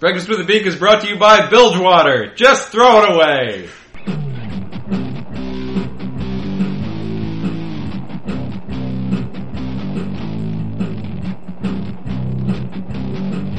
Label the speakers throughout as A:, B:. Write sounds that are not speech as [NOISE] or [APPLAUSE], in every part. A: Breakfast with the Beak is brought to you by Bilgewater. Just throw it
B: [LAUGHS]
A: away.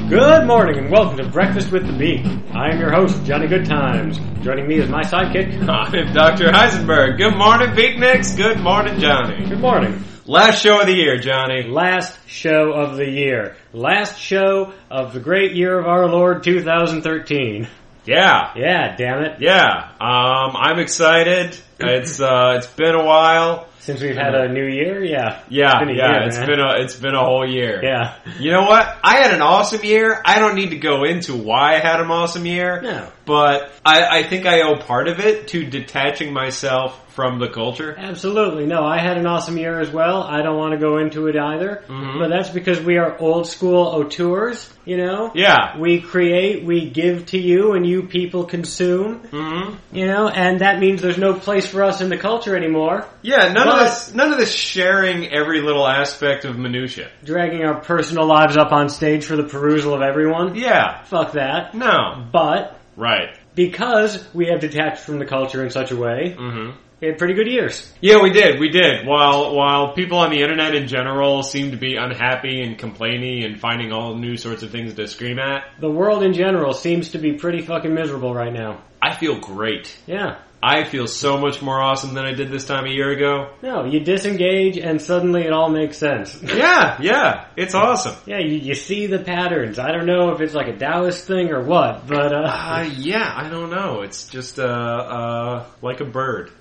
B: Good morning and welcome to Breakfast with the Beak. I am your host, Johnny Good Times. Joining me is my sidekick.
A: I'm Dr. Heisenberg. Good morning, Beatniks. Good morning, Johnny.
B: Good morning.
A: Last show of the year, Johnny.
B: Last show of the year. Last show of the great year of our Lord 2013.
A: Yeah.
B: Yeah, damn it.
A: Yeah. Um, I'm excited. It's, uh, it's been a while.
B: Since we've had a new year, yeah.
A: Yeah,
B: It's been a
A: yeah,
B: year,
A: It's
B: man.
A: been a, it's been a whole year.
B: Yeah.
A: You know what? I had an awesome year. I don't need to go into why I had an awesome year.
B: No.
A: But I, I think I owe part of it to detaching myself from the culture.
B: Absolutely. No, I had an awesome year as well. I don't want to go into it either.
A: Mm-hmm.
B: But that's because we are old school auteurs, you know?
A: Yeah.
B: We create, we give to you, and you people consume.
A: hmm
B: You know, and that means there's no place for us in the culture anymore.
A: Yeah, none
B: But-
A: of this none of this sharing every little aspect of minutia.
B: Dragging our personal lives up on stage for the perusal of everyone.
A: Yeah.
B: Fuck that.
A: No.
B: But
A: Right.
B: because we have detached from the culture in such a way,
A: hmm
B: we had pretty good years.
A: Yeah, we did. We did. While while people on the internet in general seem to be unhappy and complaining and finding all new sorts of things to scream at,
B: The world in general seems to be pretty fucking miserable right now.
A: I feel great.
B: Yeah.
A: I feel so much more awesome than I did this time a year [LAUGHS] ago.
B: No, you disengage and suddenly it all makes sense.
A: Yeah, yeah, it's awesome.
B: yeah, you, you see the patterns. I don't know if it's like a Taoist thing or what, but uh,
A: Uh, yeah, I don't know. It's just uh, uh, like a bird.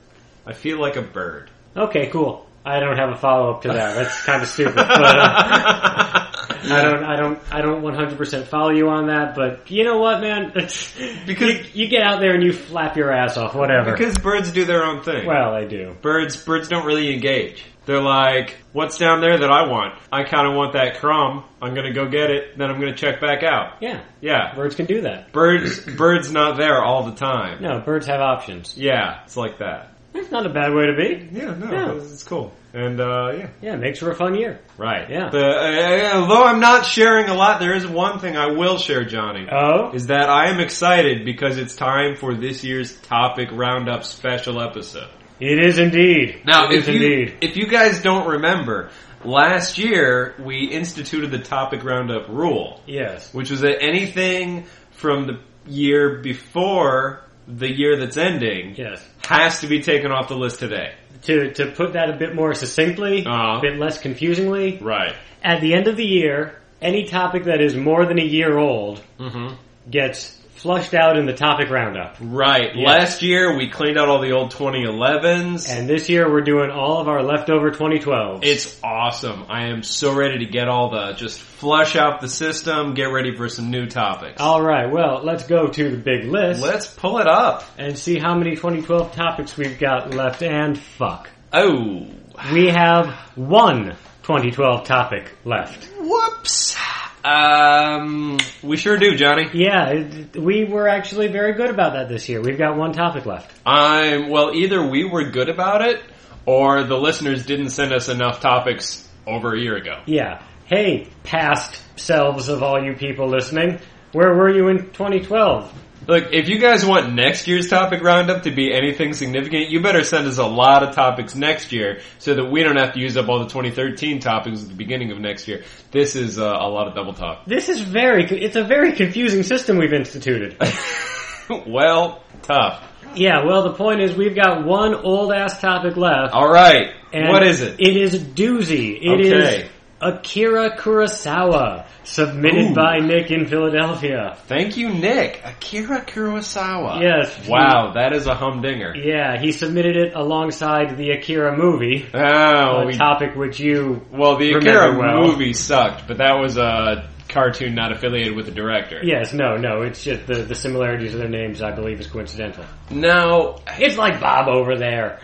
A: I feel like a [LAUGHS] bird.
B: okay, cool. I don't have a follow up to that. That's kind of stupid.
A: [LAUGHS]
B: But, uh, I don't, I don't, I don't 100% follow you on that, but you know what, man? [LAUGHS]
A: Because-
B: because you, you get out there and you flap your ass off, whatever.
A: because birds do their own thing.
B: well, I do.
A: birds birds don't really engage. They're like, what's down there that I want? I kind of want that crumb. I'm gonna go get it. Then I'm gonna check back out.
B: Yeah,
A: Yeah,
B: birds can do that. [COUGHS]
A: birds birds not there all the time.
B: No, birds have options.
A: Yeah, it's like that.
B: That's not a bad way to be.
A: Yeah, no,
B: Yeah.
A: It's, it's cool. And uh, yeah.
B: Yeah, it makes for a fun year.
A: Right.
B: Yeah.
A: The, uh, uh, although I'm not sharing a lot, there is one thing I will share, Johnny.
B: Oh,
A: Is that I am excited because it's time for this year's topic roundup special episode.
B: it is indeed.
A: Now,
B: it is
A: if you,
B: indeed.
A: if you guys don't remember, last year we instituted the topic roundup rule,
B: Yes.
A: which was that anything from the year before the year that's ending
B: Yes.
A: has to be taken off the list today.
B: To to put that a bit more succinctly,
A: Uh-huh.
B: a bit less confusingly,
A: Right.
B: at the end of the year, any topic that is more than a year old
A: hmm
B: gets flushed out in the topic roundup.
A: Right.
B: Yeah.
A: Last year we cleaned out all the old 2011s.
B: And this year we're doing all of our leftover 2012.
A: It's awesome. I am so ready to get all the just flush out the system, get ready for some new topics.
B: all right, well, let's go to the big list
A: Let's pull it up.
B: and see how many 2012 topics we've got left and fuck.
A: Oh,
B: We have one 2012 topic left.
A: whoops. Um, we sure do, Johnny.
B: Yeah, it, we were actually very good about that this year. We've got one topic left.
A: I'm well. Either we were good about it, or the listeners didn't send us enough topics over a year ago.
B: Yeah. Hey, past selves of all you people listening, where were you in 2012?
A: Look, if you guys want next year's topic roundup to be anything significant, you better send us a lot of topics next year so that we don't have to use up all the 2013 topics at the beginning of next year. This is uh, a lot of double talk. [LAUGHS]
B: This is very, it's a very confusing system we've instituted.
A: well, tough.
B: yeah, well, the point is we've got one old ass topic left.
A: All right.
B: And
A: what is it?
B: It is a doozy. It is
A: Okay.
B: Akira Kurosawa, submitted
A: Ooh.
B: by Nick in Philadelphia.
A: Thank you, Nick. Akira Kurosawa.
B: Yes.
A: Wow, that is a humdinger.
B: Yeah, he submitted it alongside the Akira movie,
A: Oh,
B: a
A: we,
B: topic which you.
A: well, the
B: remember
A: Akira
B: well.
A: movie sucked, but that was a cartoon not affiliated with the director.
B: Yes, no, no, it's just the, the similarities of their names, I believe, is coincidental.
A: Now,
B: It's like Bob over there.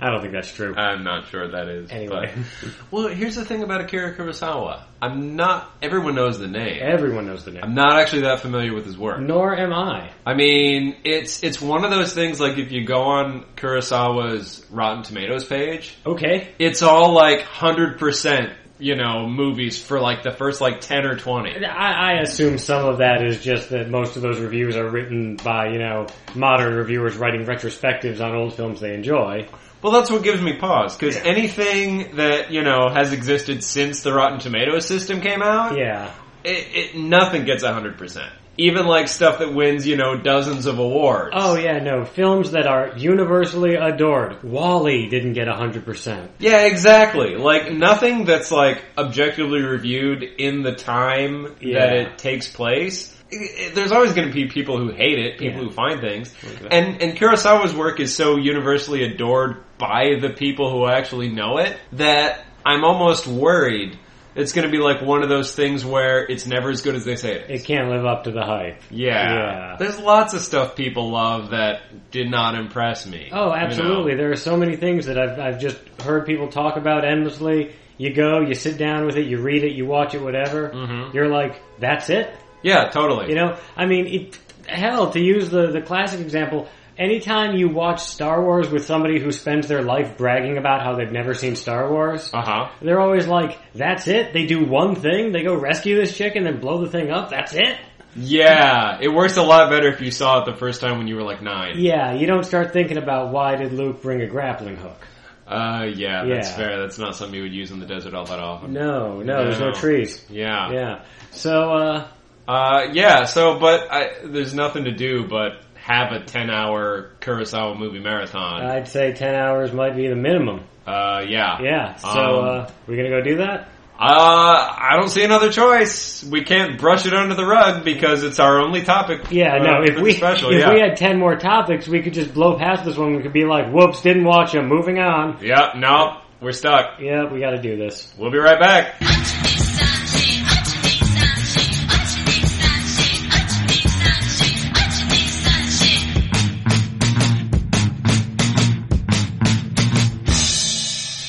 B: I don't think that's true.
A: [LAUGHS] I'm not sure that is.
B: Anyway.
A: but- well, here's the thing about Akira Kurosawa. I'm not. Everyone knows the name.
B: Everyone knows the name.
A: I'm not actually that familiar with his work.
B: Nor am I.
A: I mean, it's it's one of those things. Like if you go on Kurosawa's Rotten Tomatoes page,
B: Okay.
A: it's all like hundred percent you know, movies for like the first like 10 or 20.
B: I, I assume some of that is just that most of those reviews are written by, you know, modern reviewers writing retrospectives on old films they enjoy.
A: Well, that's what gives me pause because
B: Yeah.
A: anything that, you know, has existed since the Rotten Tomatoes system came out,
B: Yeah.
A: it, it, nothing gets 100%. Even like stuff that wins, you know, dozens of awards.
B: Oh yeah, no, films that are universally adored. Wally didn't get 100%.
A: Yeah, exactly. Like nothing that's like objectively reviewed in the time
B: Yeah.
A: that it takes place. I- I- There's always going to be people who hate it, people
B: Yeah.
A: who find things,
B: Exactly.
A: and and Kurosawa's work is so universally adored by the people who actually know it that I'm almost worried it's going to be like one of those things where it's never as good as they say it.
B: It can't live up to the hype.
A: Yeah.
B: Yeah.
A: there's lots of stuff people love that did not impress me. you
B: Oh,
A: know?
B: absolutely. There are so many things that I've, I've just heard people talk about endlessly. You go, you sit down with it, you read it, you watch it, whatever.
A: Mhm.
B: You're like, that's it?
A: Yeah, totally.
B: You know, I mean, it, hell, to use the, the classic example, anytime you watch Star Wars with somebody who spends their life bragging about how they've never seen Star Wars,
A: uh huh.
B: they're always like, that's it? They do one thing, they go rescue this chick and then blow the thing up, that's it?
A: Yeah, it works a lot better if you saw it the first time when you were like nine.
B: Yeah, you don't start thinking about why did Luke bring a grappling hook.
A: Uh, yeah, that's
B: Yeah.
A: fair. That's not something you would use in the desert all that often.
B: No, no, there's no
A: No.
B: trees.
A: Yeah.
B: Yeah. So, uh,
A: Uh, yeah, so, but I, there's nothing to do but have a 10 hour Kurosawa movie marathon.
B: I'd say 10 hours might be the minimum.
A: Uh, yeah.
B: Uh, Yeah. So,
A: Um,
B: uh, we're gonna go do that?
A: Uh, I don't see another choice. We can't brush it under the rug because it's our only topic.
B: Yeah,
A: uh,
B: no,
A: for
B: if
A: the
B: we,
A: special,
B: if
A: yeah.
B: we had 10 more topics, we could just blow past this one. We could be like, whoops, didn't watch them, moving on.
A: yeah, no, we're stuck.
B: Yeah, we gotta do this.
A: We'll be right back.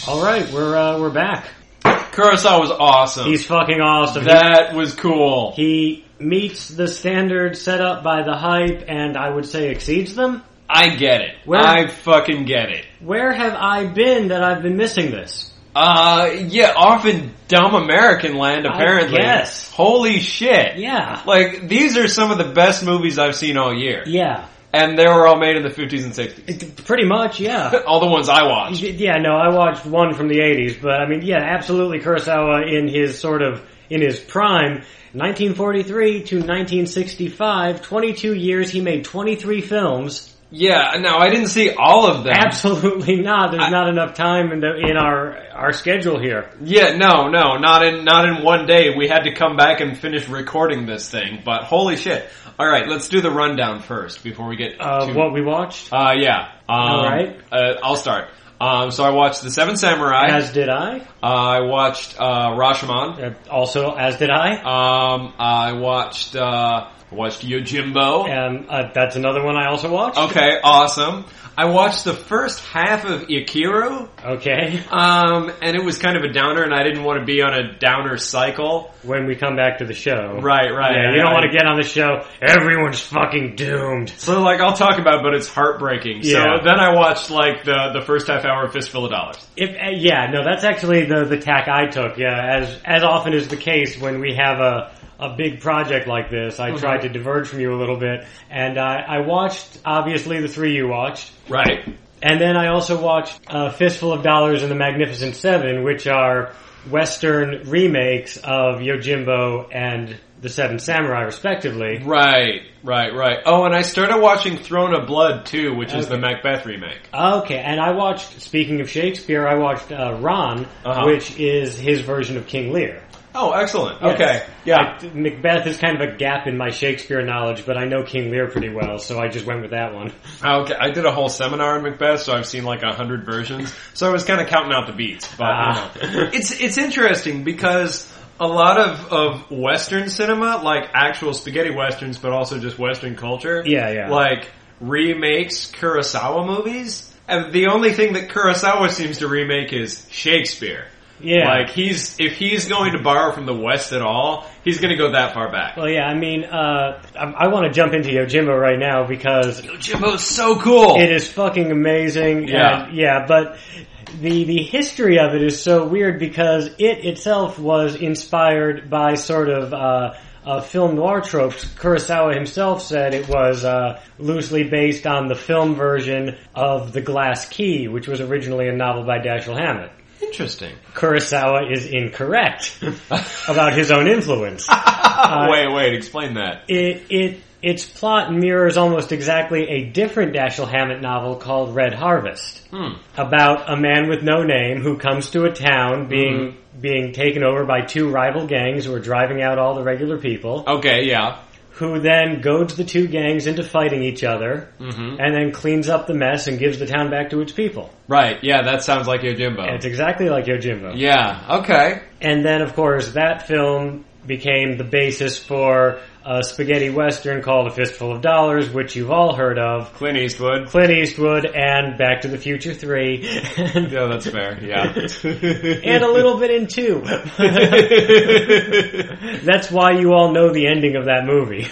B: Alright, we're, uh, we're back.
A: Kurosawa was awesome.
B: He's fucking awesome. He-
A: that was cool.
B: he meets the standard set up by the hype and I would say exceeds them.
A: I get it.
B: Where-
A: I fucking get it.
B: Where have I been that I've been missing this?
A: Uh, yeah, off in dumb American land,
B: I
A: apparently.
B: guess.
A: Holy shit.
B: Yeah.
A: Like, these are some of the best movies I've seen all year.
B: Yeah.
A: And they were all made in the 50s and 60s.
B: It- pretty much, yeah.
A: [LAUGHS] all the ones I watched.
B: Yeah, no, I watched one from the '80s, but I mean, yeah, absolutely, Kurosawa in his sort of in his prime, 1943 to 1965, 22 years. He made 23 films.
A: Yeah, now I didn't see all of them.
B: Absolutely not. There's
A: I-
B: not enough time in the in our our schedule here.
A: Yeah, no, no, not in, not in one day. We had to come back and finish recording this thing, but holy shit. Alright, let's do the rundown first before we get
B: Uh,
A: too
B: what we watched,
A: Uh, yeah. Um,
B: All right.
A: Uh, I'll start. Um, so I watched The Seven Samurai.
B: as did I.
A: uh, I watched uh, Rashomon.
B: Uh, also, as did I.
A: Um, I watched uh, I watched Yojimbo.
B: Um, uh, that's another one I also watched.
A: Okay, awesome. I watched the first half of Ikiru,
B: Okay.
A: um, and it was kind of a downer, and I didn't want to be on a downer cycle.
B: When we come back to the show,
A: Right, right.
B: Yeah, you don't want to get on the show. Everyone's fucking doomed.
A: So like I'll talk about, it, but it's heartbreaking.
B: Yeah.
A: So then I watched like the the first half hour of Fistful of Dollars.
B: If uh, yeah, no, that's actually the the tack I took. Yeah, as as often is the case when we have a a big project like this, I tried to diverge from you a little bit, and I, I watched obviously the three you watched,
A: Right.
B: and then I also watched uh, Fistful of Dollars and the Magnificent Seven, which are Western remakes of Yojimbo and the Seven Samurai, respectively.
A: Right, right, right. Oh, and I started watching Throne of Blood too, which is
B: Okay.
A: the Macbeth remake.
B: Okay, and I watched. Speaking of Shakespeare, I watched uh, Ron,
A: Uh-huh.
B: which is his version of King Lear.
A: Oh, excellent.
B: Yes.
A: Okay, yeah.
B: I- Macbeth is kind of a gap in my Shakespeare knowledge, but I know King Lear pretty well, so I just went with that one. [LAUGHS]
A: okay, I did a whole seminar on Macbeth, so I've seen like a hundred versions. So I was kind of counting out the beats. But
B: Ah. [LAUGHS]
A: you know. it's it's interesting because a lot of of Western cinema, like actual spaghetti westerns, but also just Western culture.
B: Yeah, yeah.
A: Like remakes Kurosawa movies, and the only thing that Kurosawa seems to remake is Shakespeare.
B: Yeah.
A: Like he's if he's going to borrow from the West at all, he's going to go that far back.
B: well, yeah, I mean, uh, I, I want to jump into Yojimbo right now because
A: Yojimbo's so cool.
B: it is fucking amazing.
A: Yeah.
B: and- yeah, but the the history of it is so weird because it itself was inspired by sort of uh, uh, film noir tropes. Kurosawa himself said it was uh, loosely based on the film version of The Glass Key, which was originally a novel by Dashiell Hammett. [LAUGHS]
A: Interesting.
B: Kurosawa is incorrect about his own influence. Uh,
A: wait, wait, explain that.
B: It it its plot mirrors almost exactly a different Dashiell Hammett novel called Red Harvest about a man with no name who comes to a town being being taken over by two rival gangs who are driving out all the regular people
A: Okay, yeah.
B: who then goads the two gangs into fighting each other and then cleans up the mess and gives the town back to its people.
A: Right, yeah, that sounds like Yojimbo.
B: And it's exactly like Yojimbo.
A: yeah, okay.
B: And then, of course, that film became the basis for a spaghetti western called A Fistful of Dollars, which you've all heard of.
A: Clint Eastwood.
B: Clint Eastwood and Back to the Future 3. [LAUGHS] and
A: Yeah, that's fair, yeah. [LAUGHS]
B: a little bit in 2.
A: mm,
B: [LAUGHS] That's why you all know the ending of that movie.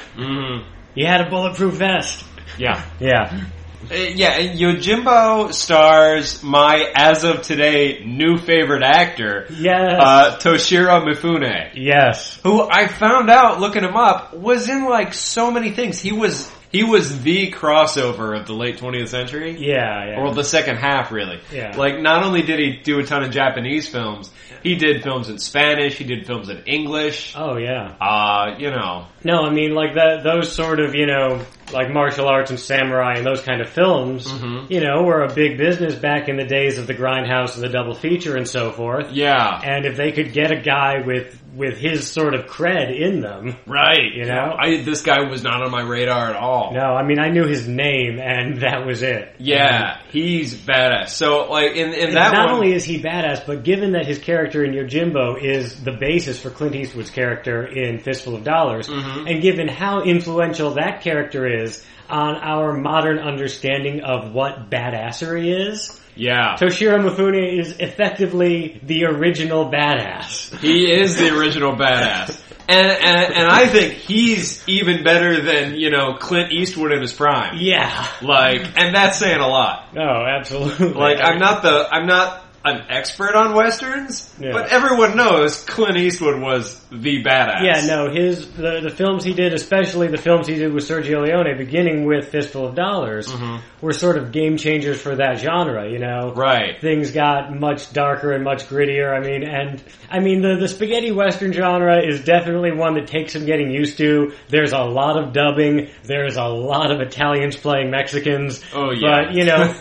B: He had a bulletproof vest.
A: Mm-hmm, yeah.
B: Yeah.
A: Uh, yeah, Yojimbo stars my, as of today, new favorite actor,
B: Yes.
A: uh, Toshiro Mifune.
B: yes.
A: who I found out looking him up was in like so many things. He was he was the crossover of the late 20th century.
B: Yeah, yeah.
A: Or the second half, really.
B: Yeah.
A: Like, not only did he do a ton of Japanese films, he did films in Spanish, he did films in English.
B: oh, yeah.
A: Uh, you know.
B: No, I mean like that. Those sort of you know like martial arts and samurai and those kind of films, you know, were a big business back in the days of the grindhouse and the double feature and so forth.
A: Yeah.
B: And if they could get a guy with with his sort of cred in them,
A: Right.
B: you know.
A: I, this guy was not on my radar at all.
B: no, I mean I knew his name and [LAUGHS] that was it.
A: Yeah, he's badass. So, like, in, in
B: Mm-hmm. And
A: that
B: not
A: one,
B: only is he badass, but given that his character in Yojimbo is the basis for Clint Eastwood's character in Fistful of Dollars,
A: Mm-hmm.
B: and given how influential that character is on our modern understanding of what badassery is,
A: yeah.
B: Toshiro Mifune is effectively the original badass. [LAUGHS]
A: He is the original badass. And, and and I think he's even better than, you know, Clint Eastwood in his prime.
B: Yeah.
A: Like and that's saying a lot.
B: No, absolutely.
A: Like I'm not the I'm not an expert on westerns,
B: Yeah.
A: but everyone knows Clint Eastwood was the badass.
B: Yeah, no, his the, the films he did, especially the films he did with Sergio Leone, beginning with Fistful of Dollars, were sort of game changers for that genre. You know,
A: Right.
B: things got much darker and much grittier. I mean, and I mean the the spaghetti western genre is definitely one that takes some getting used to. There's a lot of dubbing. There's a lot of Italians playing Mexicans.
A: Oh, yeah.
B: but you
A: [LAUGHS]
B: know.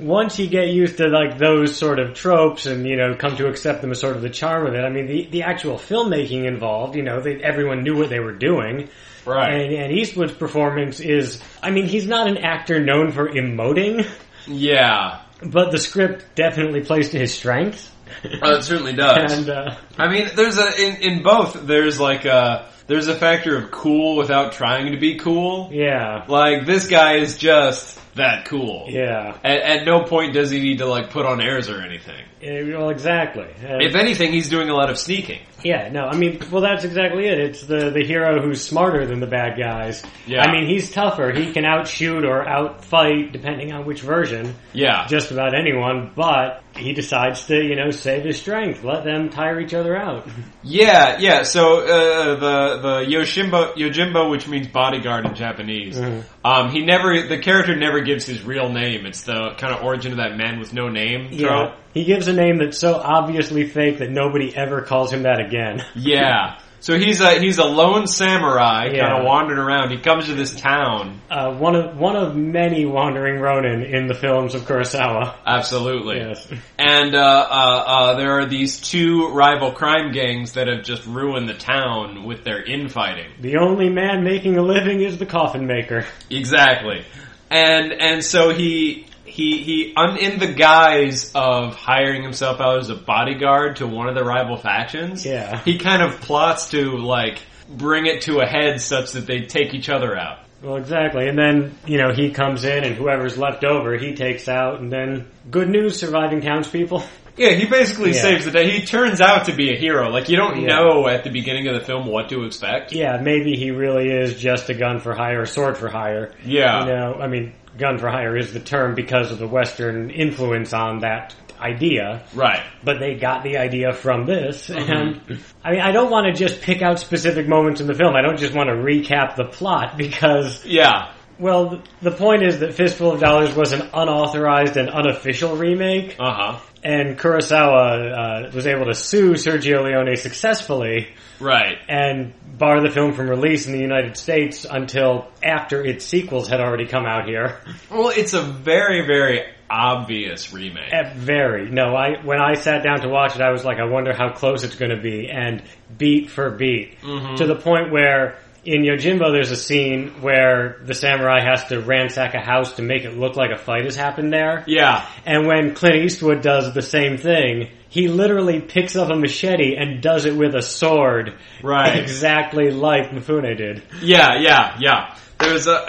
B: Once you get used to like those sort of tropes and you know come to accept them as sort of the charm of it, I mean the the actual filmmaking involved, you know, they, everyone knew what they were doing.
A: Right.
B: And, and Eastwood's performance is, I mean, he's not an actor known for emoting.
A: yeah.
B: But the script definitely plays to his strengths.
A: Well, Oh, it certainly does.
B: [LAUGHS] And uh,
A: I mean, there's a in, in both there's like a there's a factor of cool without trying to be cool.
B: yeah,
A: Like this guy is just that cool.
B: yeah,
A: At, at no point does he need to like put on airs or anything.
B: Eh, well, exactly. And-
A: If anything, he's doing a lot of sneaking.
B: yeah, no, I mean, well, that's exactly it. It's the the hero who's smarter than the bad guys.
A: Yeah.
B: I mean, he's tougher. He can outshoot or outfight, depending on which version,
A: Yeah,
B: just about anyone. But he decides to, you know, save his strength, let them tire each other out.
A: yeah, yeah. So uh, the the Yoshimbo Yojimbo, which means bodyguard in Japanese, um, he never the character never gives his real name. It's the kind of origin of that man with no name. trope.
B: He gives a name that's so obviously fake that nobody ever calls him that again. [LAUGHS]
A: yeah. So he's a he's a lone samurai, kind
B: Yeah.
A: of wandering around. He comes to this town.
B: Uh, one of one of many wandering Ronin in the films of Kurosawa.
A: Absolutely.
B: Yes.
A: And uh, uh, uh, there are these two rival crime gangs that have just ruined the town with their infighting.
B: The only man making a living is the coffin maker.
A: Exactly. And and so he he he un, in the guise of hiring himself out as a bodyguard to one of the rival factions.
B: Yeah.
A: He kind of plots to like bring it to a head such that they take each other out.
B: Well, exactly. And then, you know, he comes in and whoever's left over, he takes out and then good news surviving townspeople. [LAUGHS]
A: Yeah, he basically
B: Yeah.
A: saves the day. He turns out to be a hero. Like you don't
B: Yeah.
A: know at the beginning of the film what to expect.
B: yeah, maybe he really is just a gun for hire, sword for hire.
A: Yeah.
B: You know, I mean, gun for hire is the term because of the western influence on that idea,
A: Right.
B: but they got the idea from this. And I mean, I don't want to just pick out specific moments in the film. I don't just want to recap the plot because
A: Yeah.
B: well, th- the point is that Fistful of Dollars was an unauthorized and unofficial remake,
A: Uh huh.
B: and Kurosawa uh, was able to sue Sergio Leone successfully
A: Right.
B: and bar the film from release in the United States until after its sequels had already come out here.
A: Well, it's a very, very obvious remake.
B: At very no, I when I sat down to watch it, I was like, I wonder how close it's going to be, and beat for beat
A: Mm-hmm.
B: to the point where. In Yojimbo, there's a scene where the samurai has to ransack a house to make it look like a fight has happened there.
A: Yeah.
B: And when Clint Eastwood does the same thing, he literally picks up a machete and does it with a sword.
A: Right.
B: Exactly like Mifune did.
A: Yeah, yeah, yeah. There's a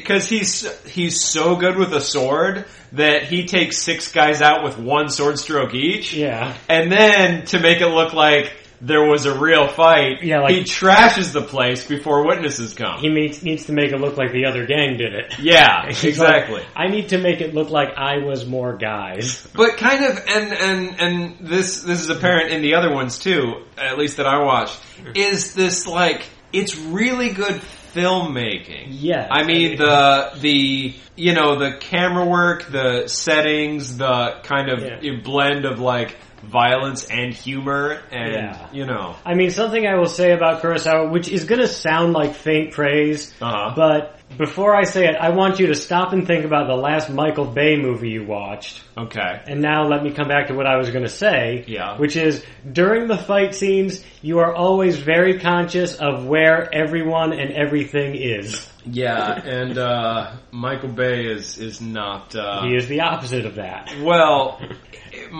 A: because he's he's so good with a sword that he takes six guys out with one sword stroke each.
B: Yeah.
A: and then to make it look like there was a real fight,
B: Yeah, like-
A: he trashes the place before witnesses come.
B: He needs, needs to make it look like the other gang did it.
A: yeah,
B: [LAUGHS] He's
A: exactly.
B: like, I need to make it look like I was more guys.
A: But kind of, and and and this this is apparent in the other ones too, at least that I watched. Is this like it's really good filmmaking?
B: Yes.
A: I mean the the you know the camera work, the settings, the kind of
B: Yeah.
A: blend of like violence and humor, and
B: Yeah.
A: you know,
B: I mean, something I will say about Kurosawa, which is going to sound like faint praise,
A: Uh-huh.
B: but before I say it, I want you to stop and think about the last Michael Bay movie you watched.
A: okay,
B: And now let me come back to what I was going to say.
A: Yeah.
B: Which is, during the fight scenes, you are always very conscious of where everyone and everything is.
A: yeah, and uh, Michael Bay is is not. Uh,
B: He is the opposite of that.
A: Well,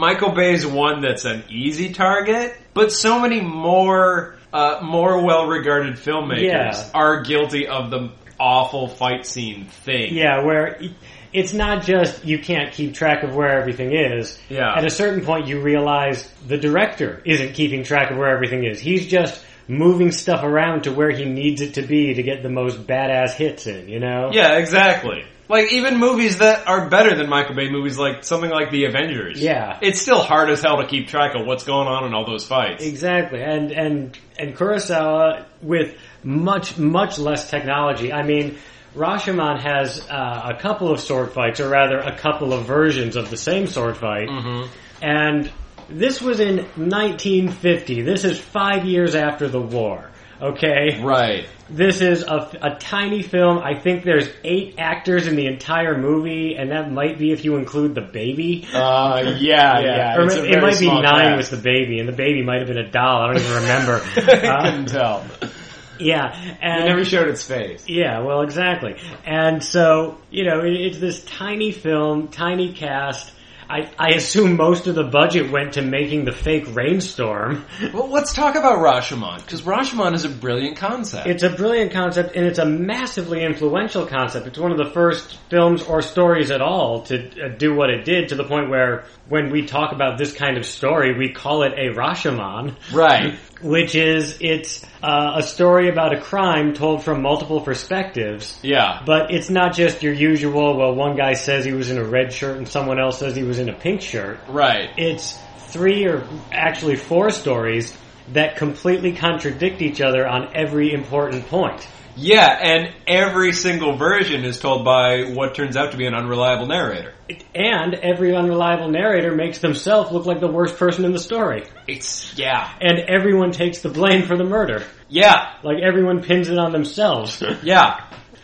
A: Michael Bay's one that's an easy target, but so many more uh, more well regarded filmmakers
B: Yeah.
A: are guilty of the awful fight scene thing.
B: Yeah, where it- it's not just you can't keep track of where everything is.
A: Yeah.
B: At a certain point, you realize the director isn't keeping track of where everything is. He's just moving stuff around to where he needs it to be to get the most badass hits in, you know?
A: Yeah, exactly. Like even movies that are better than Michael Bay movies, like something like The Avengers.
B: Yeah.
A: it's still hard as hell to keep track of what's going on in all those fights.
B: Exactly, and and and Kurosawa with much much less technology. I mean, Rashomon has uh, a couple of sword fights, or rather, a couple of versions of the same sword fight, and this was in 1950. This is five years after the war. Okay,
A: Right.
B: this is a, a tiny film. I think there's eight actors in the entire movie, and that might be if you include the baby. [LAUGHS]
A: Uh, yeah, yeah.
B: Or
A: it's
B: ma-
A: a
B: it
A: very
B: might be
A: small
B: nine
A: cast.
B: with the baby, and the baby might have been a doll. I don't even [LAUGHS] remember.
A: [LAUGHS] I
B: Uh,
A: couldn't tell.
B: yeah,
A: It
B: and
A: never showed its face.
B: yeah, well, exactly. And so you know, it, it's this tiny film, tiny cast. I, I assume most of the budget went to making the fake rainstorm.
A: Well, let's talk about Rashomon because Rashomon is a brilliant concept.
B: It's a brilliant concept, and it's a massively influential concept. It's one of the first films or stories at all to uh, do what it did to the point where when we talk about this kind of story, we call it a Rashomon.
A: right.
B: which is it's uh, a story about a crime told from multiple perspectives.
A: Yeah.
B: But it's not just your usual. Well, one guy says he was in a red shirt, and someone else says he was in a pink shirt.
A: Right.
B: It's three or actually four stories that completely contradict each other on every important point.
A: Yeah, and every single version is told by what turns out to be an unreliable narrator.
B: And every unreliable narrator makes themselves look like the worst person in the story.
A: It's yeah.
B: And everyone takes the blame for the murder.
A: Yeah.
B: Like everyone pins it
A: [LAUGHS]
B: on themselves.
A: Yeah.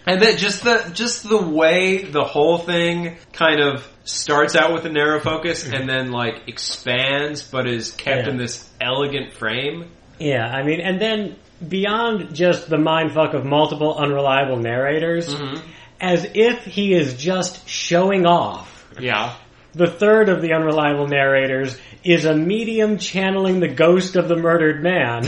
A: And that just the just the way the whole thing kind of starts out with a narrow focus and then like expands but is kept
B: Mm-hmm. Yeah.
A: in this elegant frame.
B: Yeah, I mean, and then beyond just the mindfuck of multiple unreliable narrators,
A: Mm-hmm.
B: as if he is just showing off.
A: Yeah.
B: The third of the unreliable narrators is a medium channeling the ghost of the
A: [LAUGHS]
B: murdered man.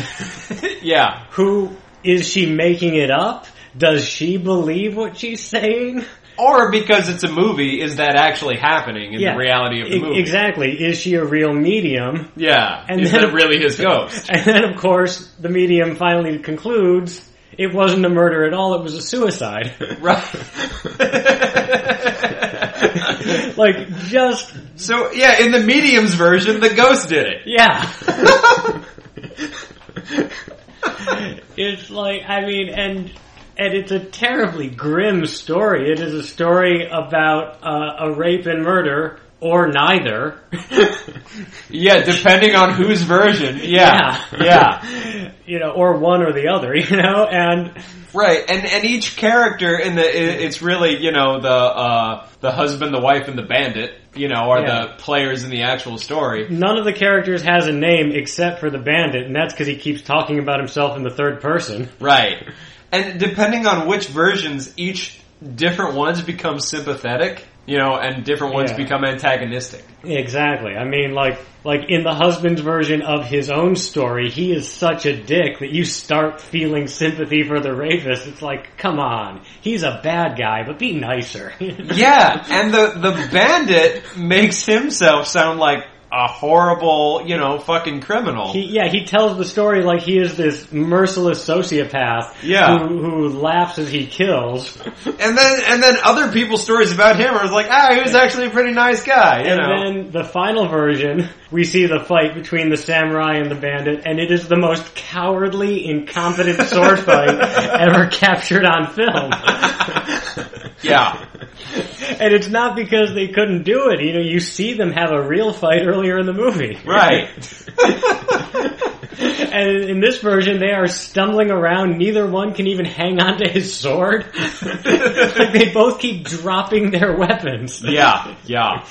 A: yeah.
B: Who is she making it up? Does she believe what she's saying?
A: Or because it's a movie, is that actually happening in the reality of the
B: E-
A: movie?
B: Exactly. Is she a real medium?
A: Yeah.
B: And
A: is
B: then-
A: that really his [LAUGHS] ghost?
B: And then, of course, the medium finally concludes it wasn't a murder at all, it was
A: [LAUGHS]
B: a suicide.
A: Right.
B: like just
A: So yeah, in the medium's version, the ghost did it.
B: Yeah. it's like I mean, and and it's a terribly grim story. It is a story about uh, a rape and murder, or neither.
A: [LAUGHS] Yeah, depending on whose version.
B: [LAUGHS]
A: Yeah, yeah.
B: you know, or one or the other. [LAUGHS] You know, and
A: Right, and and each character in the i it's really you know the uh, the husband, the wife, and the bandit. You know, are
B: Yeah.
A: the players in the actual story.
B: none of the characters has a name except for the bandit, and that's because he keeps talking about himself in the third person.
A: Right, and depending on which versions, each different ones become sympathetic. You know, and different ones
B: Yeah.
A: become antagonistic.
B: Exactly. I mean, like, like in the husband's version of his own story, he is such a dick that you start feeling sympathy for the rapist. It's like, come on, he's a bad guy, but be nicer. [LAUGHS]
A: Yeah, and the the bandit makes himself sound like a horrible, you know, fucking criminal.
B: He, yeah, he tells the story like he is this merciless sociopath
A: Yeah.
B: who, who laughs as he kills.
A: and then and then other people's stories about him are like, ah, he was actually a pretty nice guy, you
B: and
A: know.
B: then the final version, we see the fight between the samurai and the bandit, and it is the most cowardly, incompetent sword
A: [LAUGHS]
B: fight ever captured on film.
A: [LAUGHS] yeah.
B: And it's not because they couldn't do it. You know, you see them have a real fight earlier in the movie.
A: Right. [LAUGHS]
B: And in this version, they are stumbling around. Neither one can even hang onto his sword.
A: [LAUGHS]
B: like they both keep dropping their weapons.
A: yeah, yeah.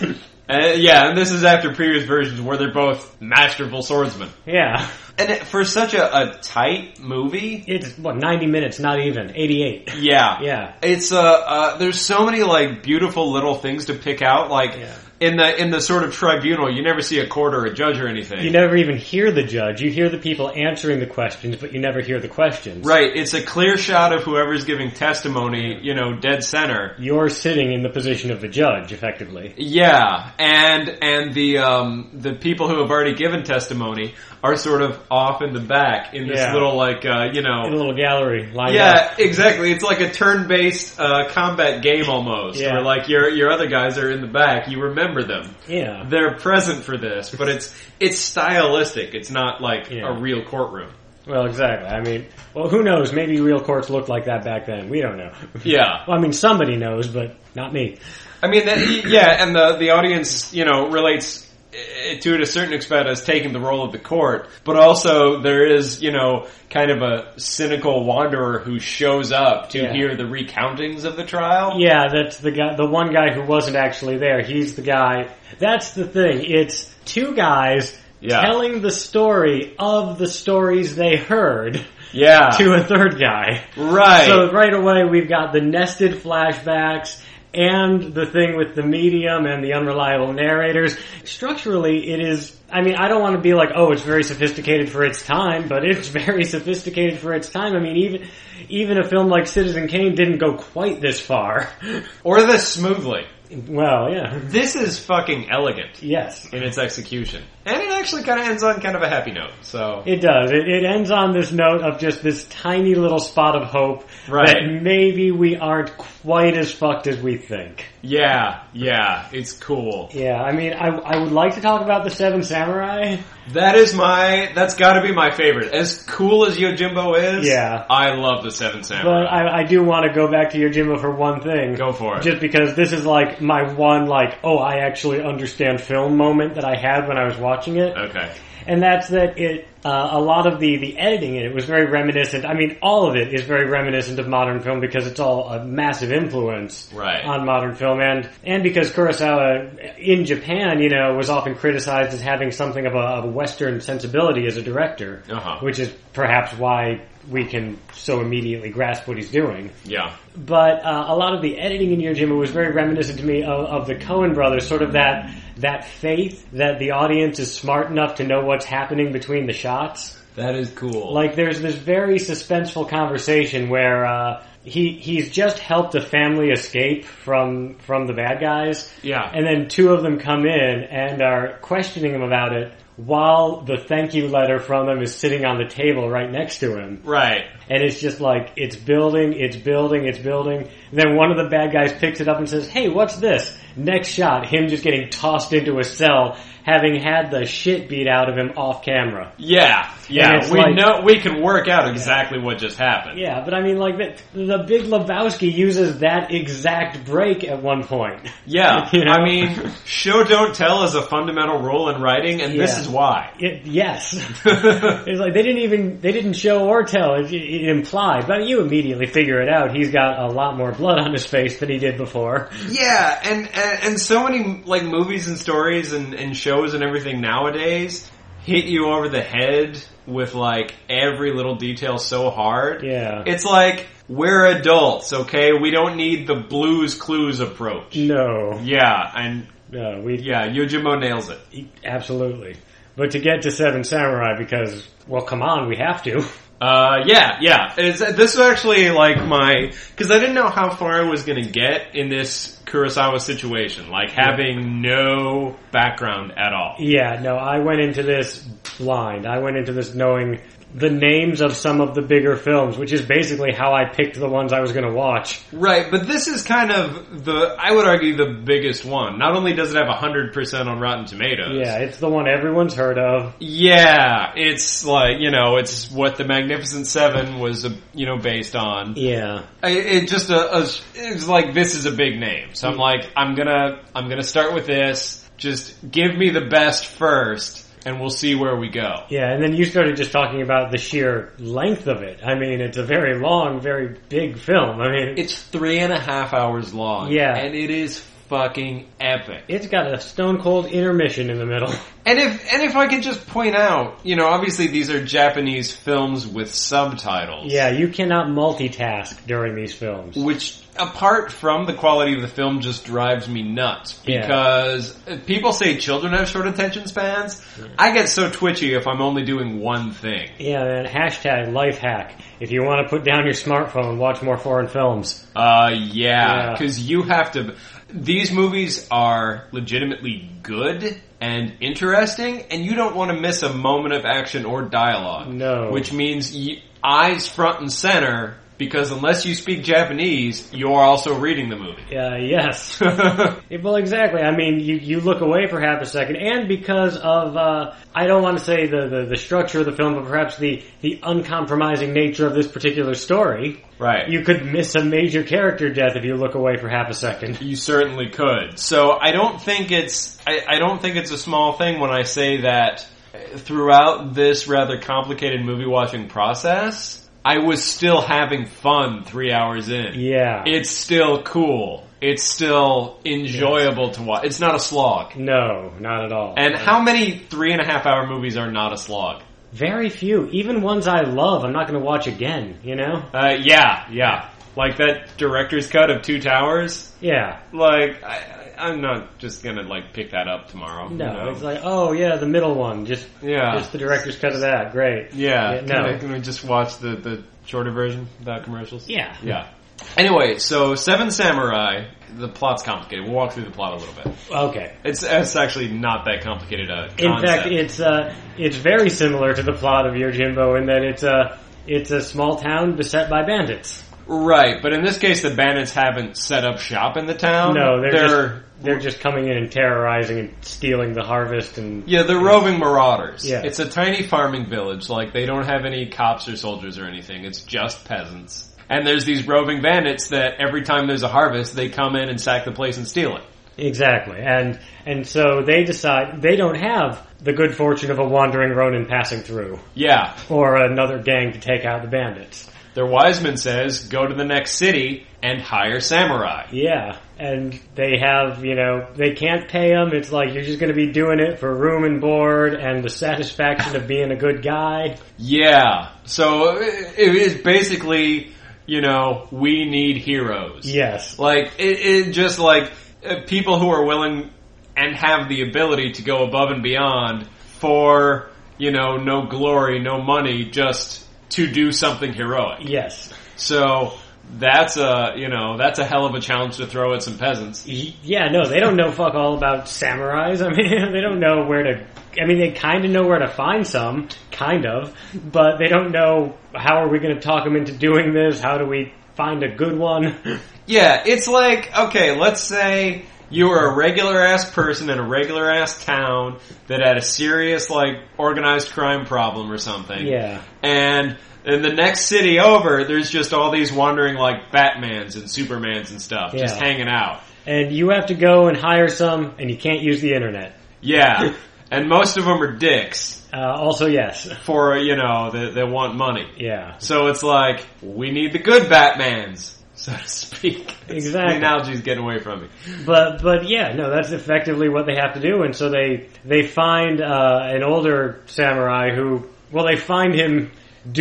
A: Uh, yeah, and this is after previous versions where they're both masterful swordsmen.
B: Yeah.
A: And it, for such a, a tight movie,
B: It's, what, 90 minutes, not even. 88.
A: yeah.
B: Yeah.
A: It's uh, uh there's so many like beautiful little things to pick out like
B: Yeah.
A: in the in the sort of tribunal you never see a court or a judge or anything.
B: You never even hear the judge. You hear the people answering the questions, but you never hear the questions.
A: right, it's a clear shot of whoever's giving testimony, you know, dead center.
B: You're sitting in the position of the judge, effectively.
A: Yeah, and and the um, the people who have already given testimony are sort of off in the back in this
B: Yeah.
A: little like uh, you
B: In a
A: know.
B: little gallery, lined up.
A: Yeah, exactly. It's like a turn-based uh, combat game almost,
B: Yeah.
A: where like your your other guys are in the back. You remember them;
B: Yeah.
A: they're present for this, but it's it's stylistic. It's not like
B: Yeah.
A: a real courtroom.
B: Well, exactly. I mean, well, who knows? Maybe real courts looked like that back then. We don't know. [LAUGHS]
A: Yeah,
B: Well, I mean, somebody knows, but not me.
A: I mean that. Yeah, and the the audience you know relates it to it a certain extent as taking the role of the court, but also there is you know kind of a cynical wanderer who shows up to
B: Yeah.
A: hear the recountings of the trial.
B: Yeah, that's the guy, the one guy who wasn't actually there. He's the guy. That's the thing. It's two guys
A: Yeah.
B: telling the story of the stories they heard
A: Yeah,
B: to a third guy.
A: right.
B: So right away we've got the nested flashbacks and the thing with the medium and the unreliable narrators. Structurally, it is. I mean, I don't want to be like, oh, it's very sophisticated for its time, but it's [LAUGHS] very sophisticated for its time. I mean, even even a film like Citizen Kane didn't go quite this far. [LAUGHS]
A: or this smoothly.
B: well, yeah,
A: This is fucking elegant
B: yes.
A: in its execution, and it actually kind of ends on kind of a happy note. So
B: It does. It, it ends on this note of just this tiny little spot of hope
A: Right.
B: that maybe we aren't quite as fucked as we think.
A: yeah, yeah, it's cool.
B: Yeah, I mean, I, I would like to talk about the Seven Samurai.
A: That is my. That's got to be my favorite. As cool as Yojimbo is,
B: Yeah.
A: I love the Seven Samurai.
B: But I, I do want to go back to Yojimbo for one thing.
A: Go for it.
B: Just because this is like my one, like, oh, I actually understand film moment that I had when I was watching it.
A: okay.
B: And that's that it, uh, a lot of the, the editing in it was very reminiscent. I mean, all of it is very reminiscent of modern film because it's all a massive influence
A: Right.
B: on modern film. And, and because Kurosawa in Japan, you know, was often criticized as having something of a, of a Western sensibility as a director,
A: Uh-huh.
B: which is perhaps why we can so immediately grasp what he's doing
A: Yeah.
B: but uh, a lot of the editing in Yojimbo was very reminiscent to me of, of the Cohen brothers, sort of that that faith that the audience is smart enough to know what's happening between the shots.
A: That is cool.
B: Like there's this very suspenseful conversation where uh, he he's just helped a family escape from from the bad guys,
A: yeah.
B: and then two of them come in and are questioning him about it. While the thank you letter from them is sitting on the table right next to him,
A: right.
B: and it's just like it's building, it's building, it's building. And then one of the bad guys picks it up and says, "Hey, what's this?" Next shot, him just getting tossed into a cell, having had the shit beat out of him off camera.
A: Yeah,
B: And
A: yeah.
B: it's
A: We
B: like-
A: know we can work out exactly what just happened.
B: Yeah, but I mean, like the, the Big Lebowski uses that exact break at one point.
A: Yeah,
B: [LAUGHS] You know?
A: I mean, show don't tell is a fundamental rule in writing, and this
B: Yeah.
A: is why. [LAUGHS]
B: It, yes. [LAUGHS] It's like they didn't even they didn't show or tell. It, it implied, but you immediately figure it out. He's got a lot more blood on his face than he did before.
A: Yeah, and, and and so many like movies and stories and, and shows and everything nowadays hit you over the head with like every little detail so hard.
B: Yeah.
A: It's like we're adults, okay? We don't need the blues clues approach.
B: No,
A: Yeah, and
B: no, we
A: yeah, Yojimbo nails it.
B: absolutely. But to get to Seven Samurai, because well, come on, we have to. [LAUGHS]
A: Uh, yeah, yeah. It's, this was actually like my because I didn't know how far I was gonna get in this Kurosawa situation, like having no background at all.
B: Yeah, no, I went into this blind. I went into this knowing the names of some of the bigger films, which is basically how I picked the ones I was going to watch.
A: Right, but this is kind of the I would argue the biggest one. Not only does it have hundred percent on Rotten Tomatoes,
B: Yeah, it's the one everyone's heard of.
A: yeah, it's like you know, it's what the Magnificent Seven was, uh, you know, based on.
B: Yeah.
A: I- it just a, a it's like this is a big name, so I'm like I'm gonna I'm gonna start with this. Just give me the best first, and we'll see where we go.
B: Yeah, and then you started just talking about the sheer length of it. I mean, it's a very long, very big film. I mean,
A: It's three and a half hours long,
B: Yeah.
A: and it is fucking epic.
B: it's got a stone cold intermission in the middle. [LAUGHS]
A: And if and if I can just point out, you know, obviously these are Japanese films with subtitles.
B: Yeah, you cannot multitask during these films.
A: Which, apart from the quality of the film, just drives me nuts
B: Yeah.
A: because uh, people say children have short attention spans. I get so twitchy if I'm only doing one thing.
B: Yeah, man, hashtag life hack. If you want to put down your smartphone, watch more foreign films.
A: Uh, yeah,
B: Yeah.
A: because you have to. These movies are legitimately good and interesting, and you don't want to miss a moment of action or dialogue.
B: No.
A: which means y eyes front and center. Because unless you speak Japanese, you're also reading the movie.
B: Yeah, Uh, [LAUGHS] yes. Yeah, well, exactly. I mean, you, you look away for half a second, and because of, uh, I don't want to say the, the, the structure of the film, but perhaps the, the uncompromising nature of this particular story,
A: [LAUGHS] right.
B: You could miss a major character death if you look away for half a second.
A: You certainly could. So I don't think it's I, I don't think it's a small thing when I say that uh, throughout this rather complicated movie watching process, I was still having fun three hours in.
B: Yeah.
A: It's still cool. It's still enjoyable to watch. It's not a slog.
B: no, not at all.
A: And how many three and a half hour movies are not a slog?
B: Very few. Even ones I love, I'm not going to watch again, you know?
A: Uh, yeah, yeah. Like that director's cut of Two Towers.
B: Yeah.
A: Like I, I- I'm not just gonna like pick that up tomorrow. you
B: No,
A: know?
B: it's like, oh, yeah, the middle one. Just,
A: yeah.
B: just the director's cut of that. Great.
A: Yeah.
B: Yeah,
A: Can,
B: no.
A: we, can we just watch the, the shorter version without commercials?
B: Yeah.
A: Yeah. Anyway, so Seven Samurai, the plot's complicated. We'll walk through the plot a little bit.
B: Okay.
A: It's, it's actually not that complicated a concept.
B: In fact, it's uh, it's very similar to the plot of Yojimbo in that it's a it's a small town beset by bandits.
A: right, but in this case, the bandits haven't set up shop in the town.
B: No, they're,
A: Um, they're
B: just, they're just coming in and terrorizing and stealing the harvest and
A: yeah, they're roving marauders.
B: Yeah.
A: It's a tiny farming village. Like, they don't have any cops or soldiers or anything. It's just peasants. And there's these roving bandits that every time there's a harvest, they come in and sack the place and steal it.
B: Exactly, and and so they decide they don't have the good fortune of a wandering Ronin passing through
A: Yeah,
B: or another gang to take out the bandits.
A: Their wise man says, go to the next city and hire samurai.
B: Yeah, and they have you know they can't pay them. It's like you're just going to be doing it for room and board and the satisfaction of being a good guy.
A: Yeah. So i- it is basically, you know, we need heroes.
B: Yes,
A: Like, it, it just like uh, people who are willing and have the ability to go above and beyond for, you know, no glory, no money, just to do something heroic.
B: yes,
A: So that's a you know that's a hell of a challenge to throw at some peasants.
B: Yeah, no, they don't know fuck all about samurais. [LAUGHS] I mean, they don't know where to. I mean, they kind of know where to find some, kind of, but they don't know how are we going to talk them into doing this. How do we find a good one? [LAUGHS]
A: Yeah, it's like okay, let's say you were a regular ass person in a regular ass town that had a serious like organized crime problem or something.
B: Yeah.
A: and in the next city over, there's just all these wandering like Batmans and Supermans and stuff just
B: Yeah.
A: hanging out.
B: And you have to go and hire some, and you can't use the internet. [LAUGHS]
A: Yeah, and most of them are dicks
B: Uh, also, yes,
A: for you know they, they want money.
B: yeah,
A: So it's like we need the good Batmans, [LAUGHS] so to speak.
B: Exactly.
A: The analogy's getting away from me.
B: but but yeah, no, that's effectively what they have to do. And so they they find uh, an older samurai who, well, they find him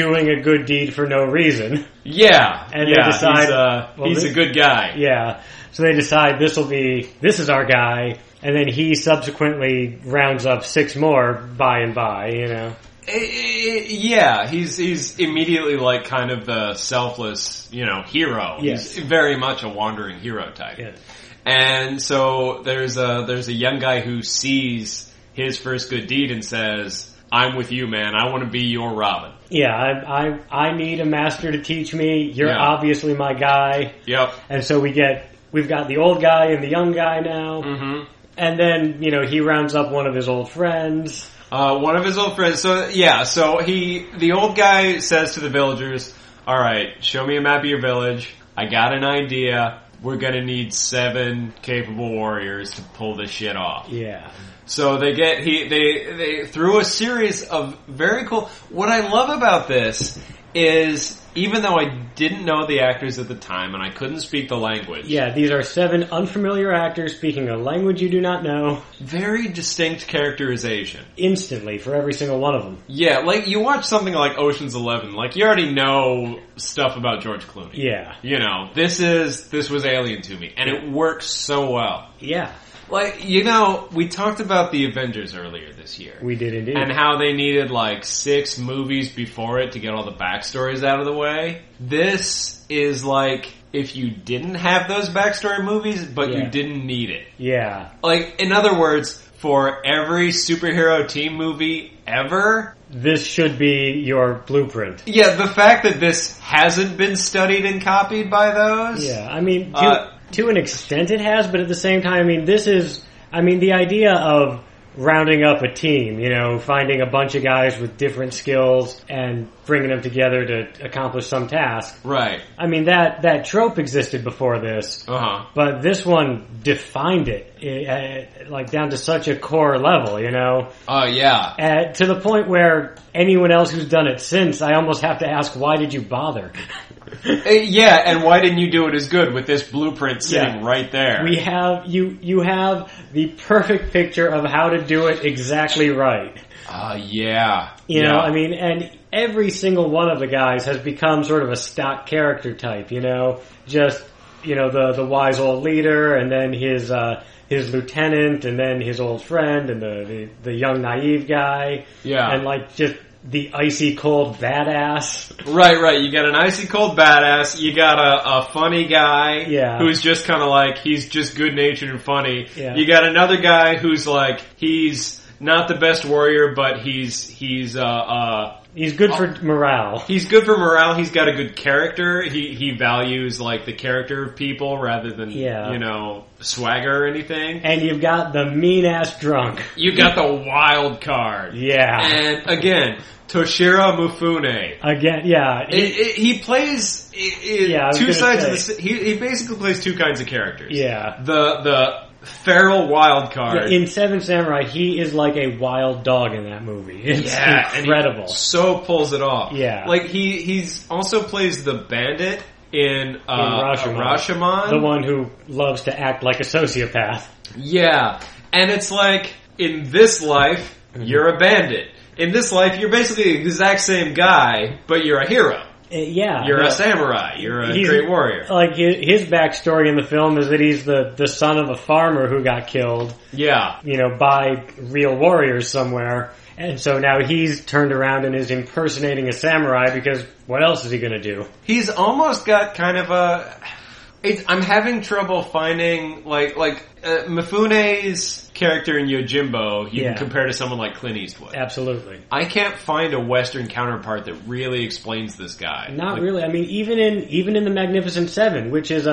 B: doing a good deed for no reason. [LAUGHS]
A: Yeah,
B: And they
A: yeah,
B: decide-
A: he's, uh,
B: well,
A: he's
B: they-
A: a good guy.
B: Yeah. So they decide this will be this is our guy, and then he subsequently rounds up six more by and by. You know.
A: Eh, eh, Yeah, he's he's immediately like kind of the selfless, you know, hero.
B: Yes.
A: He's very much a wandering hero type.
B: Yeah.
A: And so there's a there's a young guy who sees his first good deed and says, "I'm with you, man. I want to be your Robin."
B: Yeah, I, I I need a master to teach me. You're
A: Yeah.
B: obviously my guy,
A: Yep.
B: and so we get we've got the old guy and the young guy now,
A: hmm
B: and then you know he rounds up one of his old friends.
A: Uh, one of his old friends. So yeah, so he the old guy says to the villagers, "All right, show me a map of your village. I got an idea. We're gonna need seven capable warriors to pull this shit off."
B: Yeah,
A: So they get he they they through a series of very cool. What I love about this is even though I didn't know the actors at the time and I couldn't speak the language,
B: yeah. These are seven unfamiliar actors speaking a language you do not know.
A: very distinct characterization.
B: Instantly for every single one of them.
A: Yeah, like you watch something like Ocean's Eleven, like you already know stuff about George Clooney.
B: Yeah,
A: You know, this is this was alien to me, and it works so well.
B: yeah.
A: Like you know, we talked about the Avengers earlier this year,
B: We did indeed.
A: and how they needed like six movies before it to get all the backstories out of the way. This is like if you didn't have those backstory movies, but
B: Yeah.
A: you didn't need it.
B: yeah,
A: Like in other words, for every superhero team movie ever,
B: this should be your blueprint.
A: Yeah, the fact that this hasn't been studied and copied by those.
B: Yeah, I mean, to,
A: Uh,
B: to an extent it has, but at the same time, I mean, this is, I mean, the idea of rounding up a team, you know, finding a bunch of guys with different skills and bringing them together to accomplish some task.
A: Right.
B: I mean, that, that trope existed before this,
A: Uh huh.
B: but this one defined it, eh, eh, like down to such a core level, you know,
A: Oh yeah.
B: uh, to the point where anyone else who's done it since, I almost have to ask, why did you bother? [LAUGHS]
A: Eh, yeah, and why didn't you do it as good with this blueprint sitting
B: Yeah.
A: right there?
B: We have you. You have the perfect picture of how to do it exactly right.
A: Ah, yeah.
B: You
A: yeah.
B: know, I mean, and every single one of the guys has become sort of a stock character type. You know, just you know the the wise old leader, and then his uh, his lieutenant, and then his old friend, and the the, the young naive guy.
A: Yeah.
B: and like just the icy cold badass.
A: Right, right. You got an icy cold badass. You got a, a funny guy
B: Yeah.
A: who's just kind of like he's just good natured and funny.
B: Yeah.
A: You got another guy who's like he's not the best warrior, but he's he's uh, uh
B: He's good for morale.
A: He's good for morale. He's got a good character. He he values like the character of people rather than
B: Yeah.
A: you know swagger or anything.
B: And you've got the mean ass drunk.
A: You got the wild card.
B: Yeah.
A: And again, Toshiro Mufune.
B: Again, yeah.
A: It, it, he plays i i
B: Yeah, I was
A: two
B: gonna
A: sides of the.
B: say.
A: s- He, he basically plays two kinds of characters.
B: Yeah.
A: The the feral wild
B: Yeah,
A: card.
B: in Seven Samurai, he is like a wild dog in that movie. It's
A: Yeah, and he
B: incredible.
A: so pulls it off.
B: Yeah.
A: Like he he's also plays the bandit in uh,
B: Rashomon.
A: Rashomon.
B: The one who loves to act like a sociopath.
A: Yeah. And it's like, in this life, you're a bandit. In this life, you're basically the exact same guy, but you're a hero.
B: Uh, yeah,
A: You're
B: no,
A: a samurai. You're a
B: he's-
A: great warrior.
B: Like hi- his backstory in the film is that he's the the son of a farmer who got killed,
A: Yeah.
B: you know, by real warriors somewhere. And so now he's turned around and is impersonating a samurai because what else is he going to do?
A: He's almost got kind of a. It's, I'm having trouble finding like like uh, Mifune's character in Yojimbo. You
B: Yeah.
A: can compare to someone like Clint Eastwood.
B: Absolutely.
A: I can't find a Western counterpart that really explains this guy.
B: Not
A: Like,
B: really. I mean, even in even in the Magnificent Seven, which is a,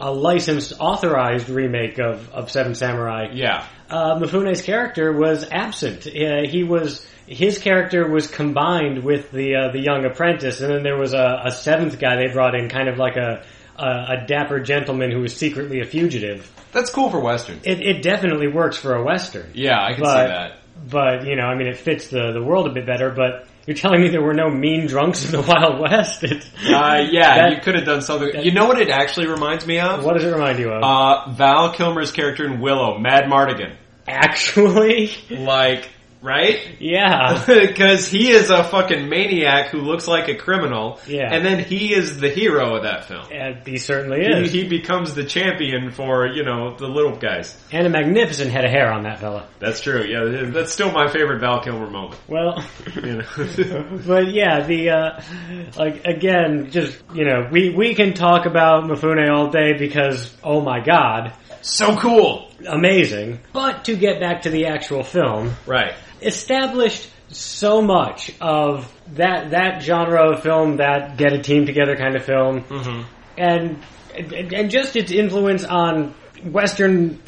B: a, a licensed, authorized remake of, of Seven Samurai,
A: Yeah,
B: uh, Mifune's character was absent. Uh, he was his character was combined with the uh, the young apprentice, and then there was a, a seventh guy they brought in, kind of like a, a a dapper gentleman who was secretly a fugitive.
A: that's cool for westerns.
B: It, it definitely works for a western.
A: Yeah, I can
B: But-
A: see that.
B: But you know, I mean, it fits the the world a bit better. But you're telling me there were no mean drunks in the [LAUGHS] Wild West? It,
A: Uh, yeah,
B: that-
A: you could have done something. you know what it actually reminds me of?
B: What does it remind you of?
A: Uh, Val Kilmer's character in Willow, Mad Mardigan.
B: Actually, [LAUGHS]
A: Like, right? [LAUGHS]
B: yeah.
A: Because he is a fucking maniac who looks like a criminal.
B: Yeah.
A: And then he is the hero of that film.
B: And he certainly
A: He,
B: is.
A: [LAUGHS] he becomes the champion for, you know, the little guys.
B: And a magnificent head of hair on that fella.
A: That's true. Yeah, that's still my favorite Val Kilmer moment.
B: Well,
A: You know? [LAUGHS]
B: but yeah, the uh, like again, just you know, we we can talk about Mifune all day because oh my god,
A: so cool.
B: amazing. But to get back to the actual film,
A: Right.
B: established so much of that that genre of film, that get a team together kind of film, and, and and just its influence on Western.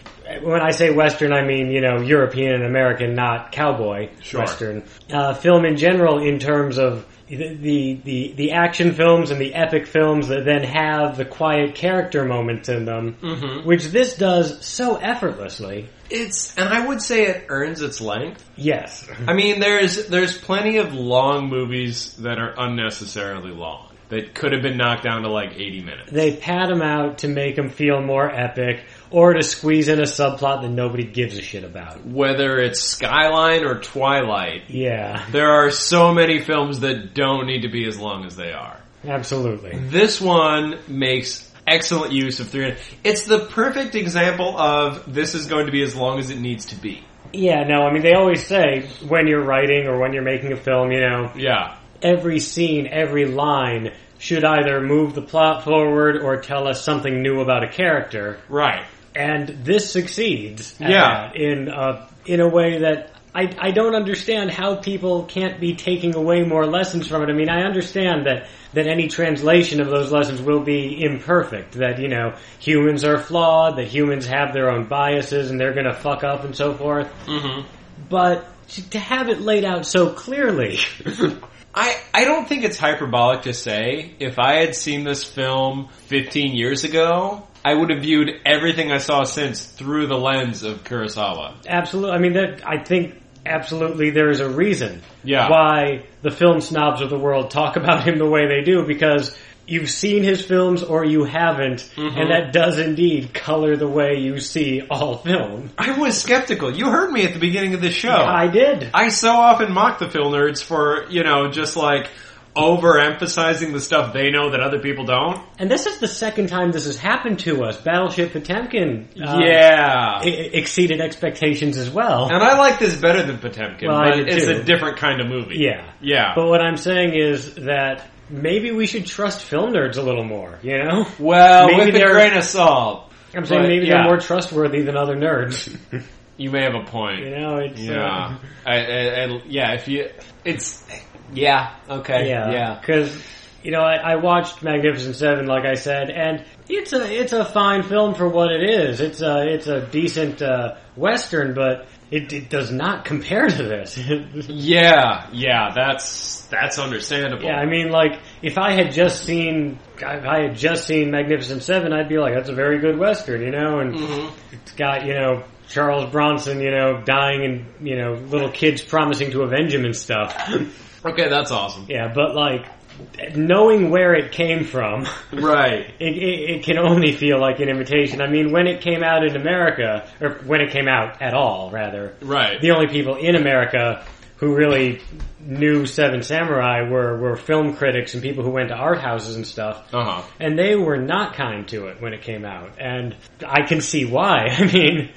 B: When I say Western, I mean you know European and American, not cowboy
A: Sure.
B: Western uh, film in general. In terms of the, the the the action films and the epic films that then have the quiet character moments in them, which this does so effortlessly.
A: Mm-hmm. It's, and I would say it earns its length.
B: Yes,
A: I mean, there's there's plenty of long movies that are unnecessarily long that could have been knocked down to like 80 minutes.
B: they pad them out to make them feel more epic or to squeeze in a subplot that nobody gives a shit about.
A: Whether it's Skyline or Twilight,
B: Yeah,
A: there are so many films that don't need to be as long as they are.
B: absolutely.
A: This one makes excellent use of 300. It's the perfect example of this is going to be as long as it needs to be.
B: Yeah, no, I mean, they always say when you're writing or when you're making a film, you know,
A: Yeah.
B: every scene, every line should either move the plot forward or tell us something new about a character.
A: Right.
B: And this succeeds at
A: Yeah.
B: that in, a, in a way that I, I don't understand how people can't be taking away more lessons from it. I mean, I understand that, that any translation of those lessons will be imperfect, that, you know, humans are flawed, that humans have their own biases and they're going to fuck up and so forth. Mm-hmm. But to- to have it laid out so clearly.
A: I, I don't think it's hyperbolic to say if I had seen this film 15 years ago, I would have viewed everything I saw since through the lens of Kurosawa.
B: Absolutely. I mean, that, I think absolutely there is a reason
A: Yeah.
B: why the film snobs of the world talk [LAUGHS] about him the way they do because you've seen his films or you haven't,
A: Mm-hmm.
B: and that does indeed color the way you see all film.
A: I was skeptical. You heard me at the beginning of the show.
B: I did.
A: I so often mock the film nerds for, you know, just like overemphasizing the stuff they know that other people don't.
B: And this is the second time this has happened to us. Battleship Potemkin uh,
A: yeah.
B: e- exceeded expectations as well.
A: and I like this better than Potemkin,
B: Well, I
A: but
B: did
A: it's
B: too.
A: a different kind of movie.
B: Yeah.
A: Yeah.
B: But what I'm saying is that maybe we should trust film nerds a little more, you know?
A: well,
B: Maybe
A: with a
B: they're-
A: grain of salt.
B: I'm saying
A: But,
B: maybe
A: yeah.
B: they're more trustworthy than other nerds. [LAUGHS]
A: You may have a point.
B: You know, it's
A: Yeah,
B: uh,
A: [LAUGHS] I, I, I, yeah. If you, it's yeah. Okay.
B: yeah,
A: Yeah.
B: Because you know, I, I watched Magnificent Seven, like I said, and it's a it's a fine film for what it is. It's a it's a decent uh, western, but it, it does not compare to this. [LAUGHS]
A: Yeah. Yeah. That's that's understandable.
B: yeah, I mean, like if I had just seen if I had just seen Magnificent Seven, I'd be like, that's a very good western, you know, and
A: Mm-hmm.
B: it's got you know. Charles Bronson, you know, dying and, you know, little kids promising to avenge him and stuff. [LAUGHS]
A: okay, that's awesome.
B: Yeah, but like knowing where it came from, [LAUGHS]
A: Right.
B: it, it, it can only feel like an imitation. I mean, when it came out in America, or when it came out at all, rather,
A: Right.
B: the only people in America who really knew Seven Samurai were, were film critics and people who went to art houses and stuff.
A: Uh huh.
B: And they were not kind to it when it came out, and [LAUGHS] I can see why. I mean,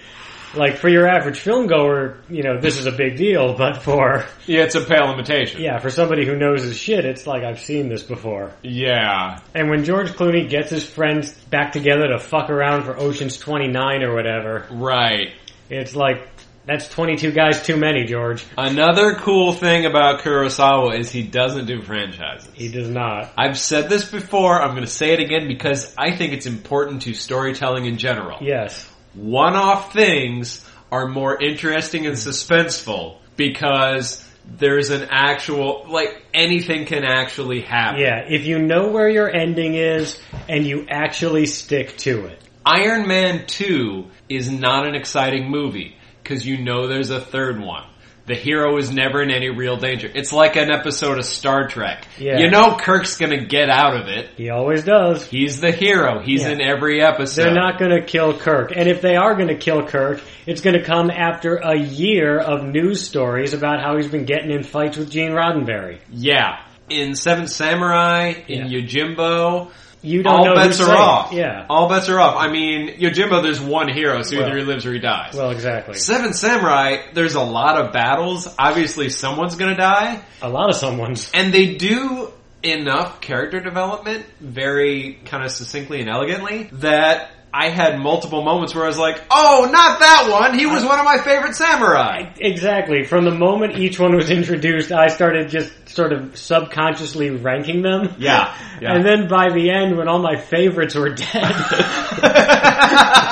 B: like for your average film goer, you know, this is a big deal, but for
A: Yeah, it's a pale imitation.
B: yeah, for somebody who knows his shit, it's like I've seen this before.
A: Yeah.
B: And when George Clooney gets his friends back together to fuck around for Ocean's 29 or whatever,
A: Right.
B: it's like that's 22 guys too many, George.
A: Another cool thing about Kurosawa is he doesn't do franchises.
B: He does not.
A: I've said this before, I'm gonna say it again because I think it's important to storytelling in general.
B: Yes.
A: one-off things are more interesting and suspenseful because there's an actual like anything can actually happen.
B: Yeah, if you know where your ending is and you actually stick to it.
A: Iron Man 2 is not an exciting movie cuz you know there's a third one. The hero is never in any real danger. It's like an episode of Star Trek.
B: Yeah.
A: You know Kirk's going to get out of it.
B: He always does.
A: He's the hero. He's
B: Yeah.
A: in every episode.
B: They're not going to kill Kirk. And if they are going to kill Kirk, it's going to come after a year of news stories about how he's been getting in fights with Gene Roddenberry.
A: Yeah. In Seven Samurai, in
B: Yeah.
A: Yojimbo,
B: You don't
A: all
B: know
A: bets
B: who's
A: are
B: safe.
A: off.
B: Yeah.
A: all bets are off. I mean, Yojimbo, there's one hero, so
B: Well.
A: either he lives or he dies.
B: Well, exactly.
A: Seven Samurai, there's a lot of battles. Obviously, someone's gonna die,
B: A lot of someone's.
A: and they do enough character development, very kind of succinctly and elegantly, that I had multiple moments where I was like, "Oh, not that one! He was one of my favorite
B: [LAUGHS]
A: samurai."
B: Exactly. From the moment each one was introduced, I started just sort of subconsciously ranking them.
A: Yeah, yeah.
B: And then by the end, when all my favorites were
A: [LAUGHS]
B: dead,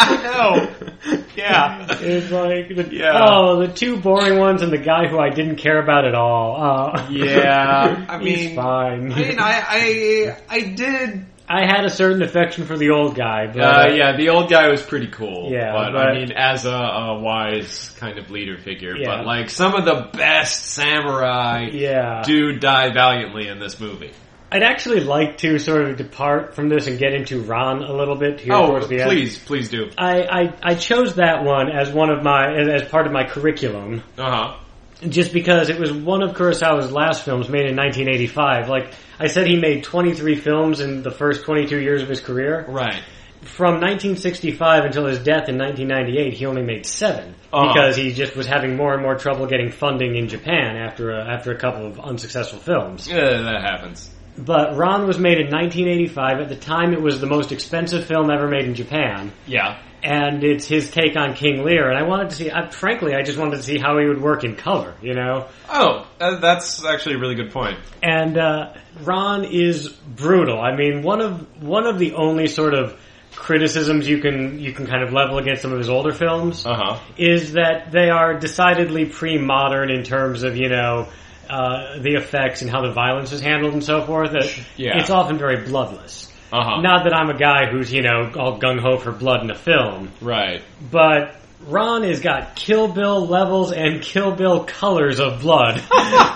A: I know. Yeah.
B: It's like the,
A: Yeah.
B: oh, the two boring ones and the guy who I didn't care about at all. Uh, [LAUGHS]
A: Yeah, I
B: he's
A: mean-
B: fine.
A: I mean, I, I, I did
B: [LAUGHS] I had a certain affection for the old guy, but
A: Uh, yeah, the old guy was pretty cool.
B: Yeah,
A: but,
B: but-
A: I mean, as a, a wise kind of leader figure.
B: Yeah.
A: But like some of the best samurai
B: yeah.
A: do die valiantly in this movie.
B: I'd actually like to sort of depart from this and get into Ron a little bit here
A: oh,
B: towards the end.
A: please, please do.
B: I, I, I chose that one as one of my as as part of my curriculum
A: Uh huh.
B: just because it was one of Kurosawa's last films made in 1985. Like I said, he made 23 films in the first 22 years of his career.
A: Right.
B: from 1965 until his death in 1998, he only made 7
A: Uh-huh.
B: because he just was having more and more trouble getting funding in Japan after a, after a couple of unsuccessful films.
A: Yeah, that happens.
B: But Ron was made in 1985. At the time, it was the most expensive film ever made in Japan,
A: Yeah.
B: and it's his take on King Lear. And I wanted to see, I, frankly, I just wanted to see how he would work in color. You know,
A: Oh, uh, that's actually a really good point.
B: and uh, Ron is brutal. I mean, one of one of the only sort of criticisms you can you can kind of level against some of his older films
A: Uh huh.
B: is that they are decidedly pre-modern in terms of you know uh, the effects and how the violence is handled and so forth. It-
A: Yeah.
B: It's often very bloodless.
A: Uh huh.
B: Not that I'm a guy who's you know all gung ho for blood in a film, [LAUGHS]
A: Right. [LAUGHS]
B: but Ron has got Kill Bill levels and Kill Bill colors of blood,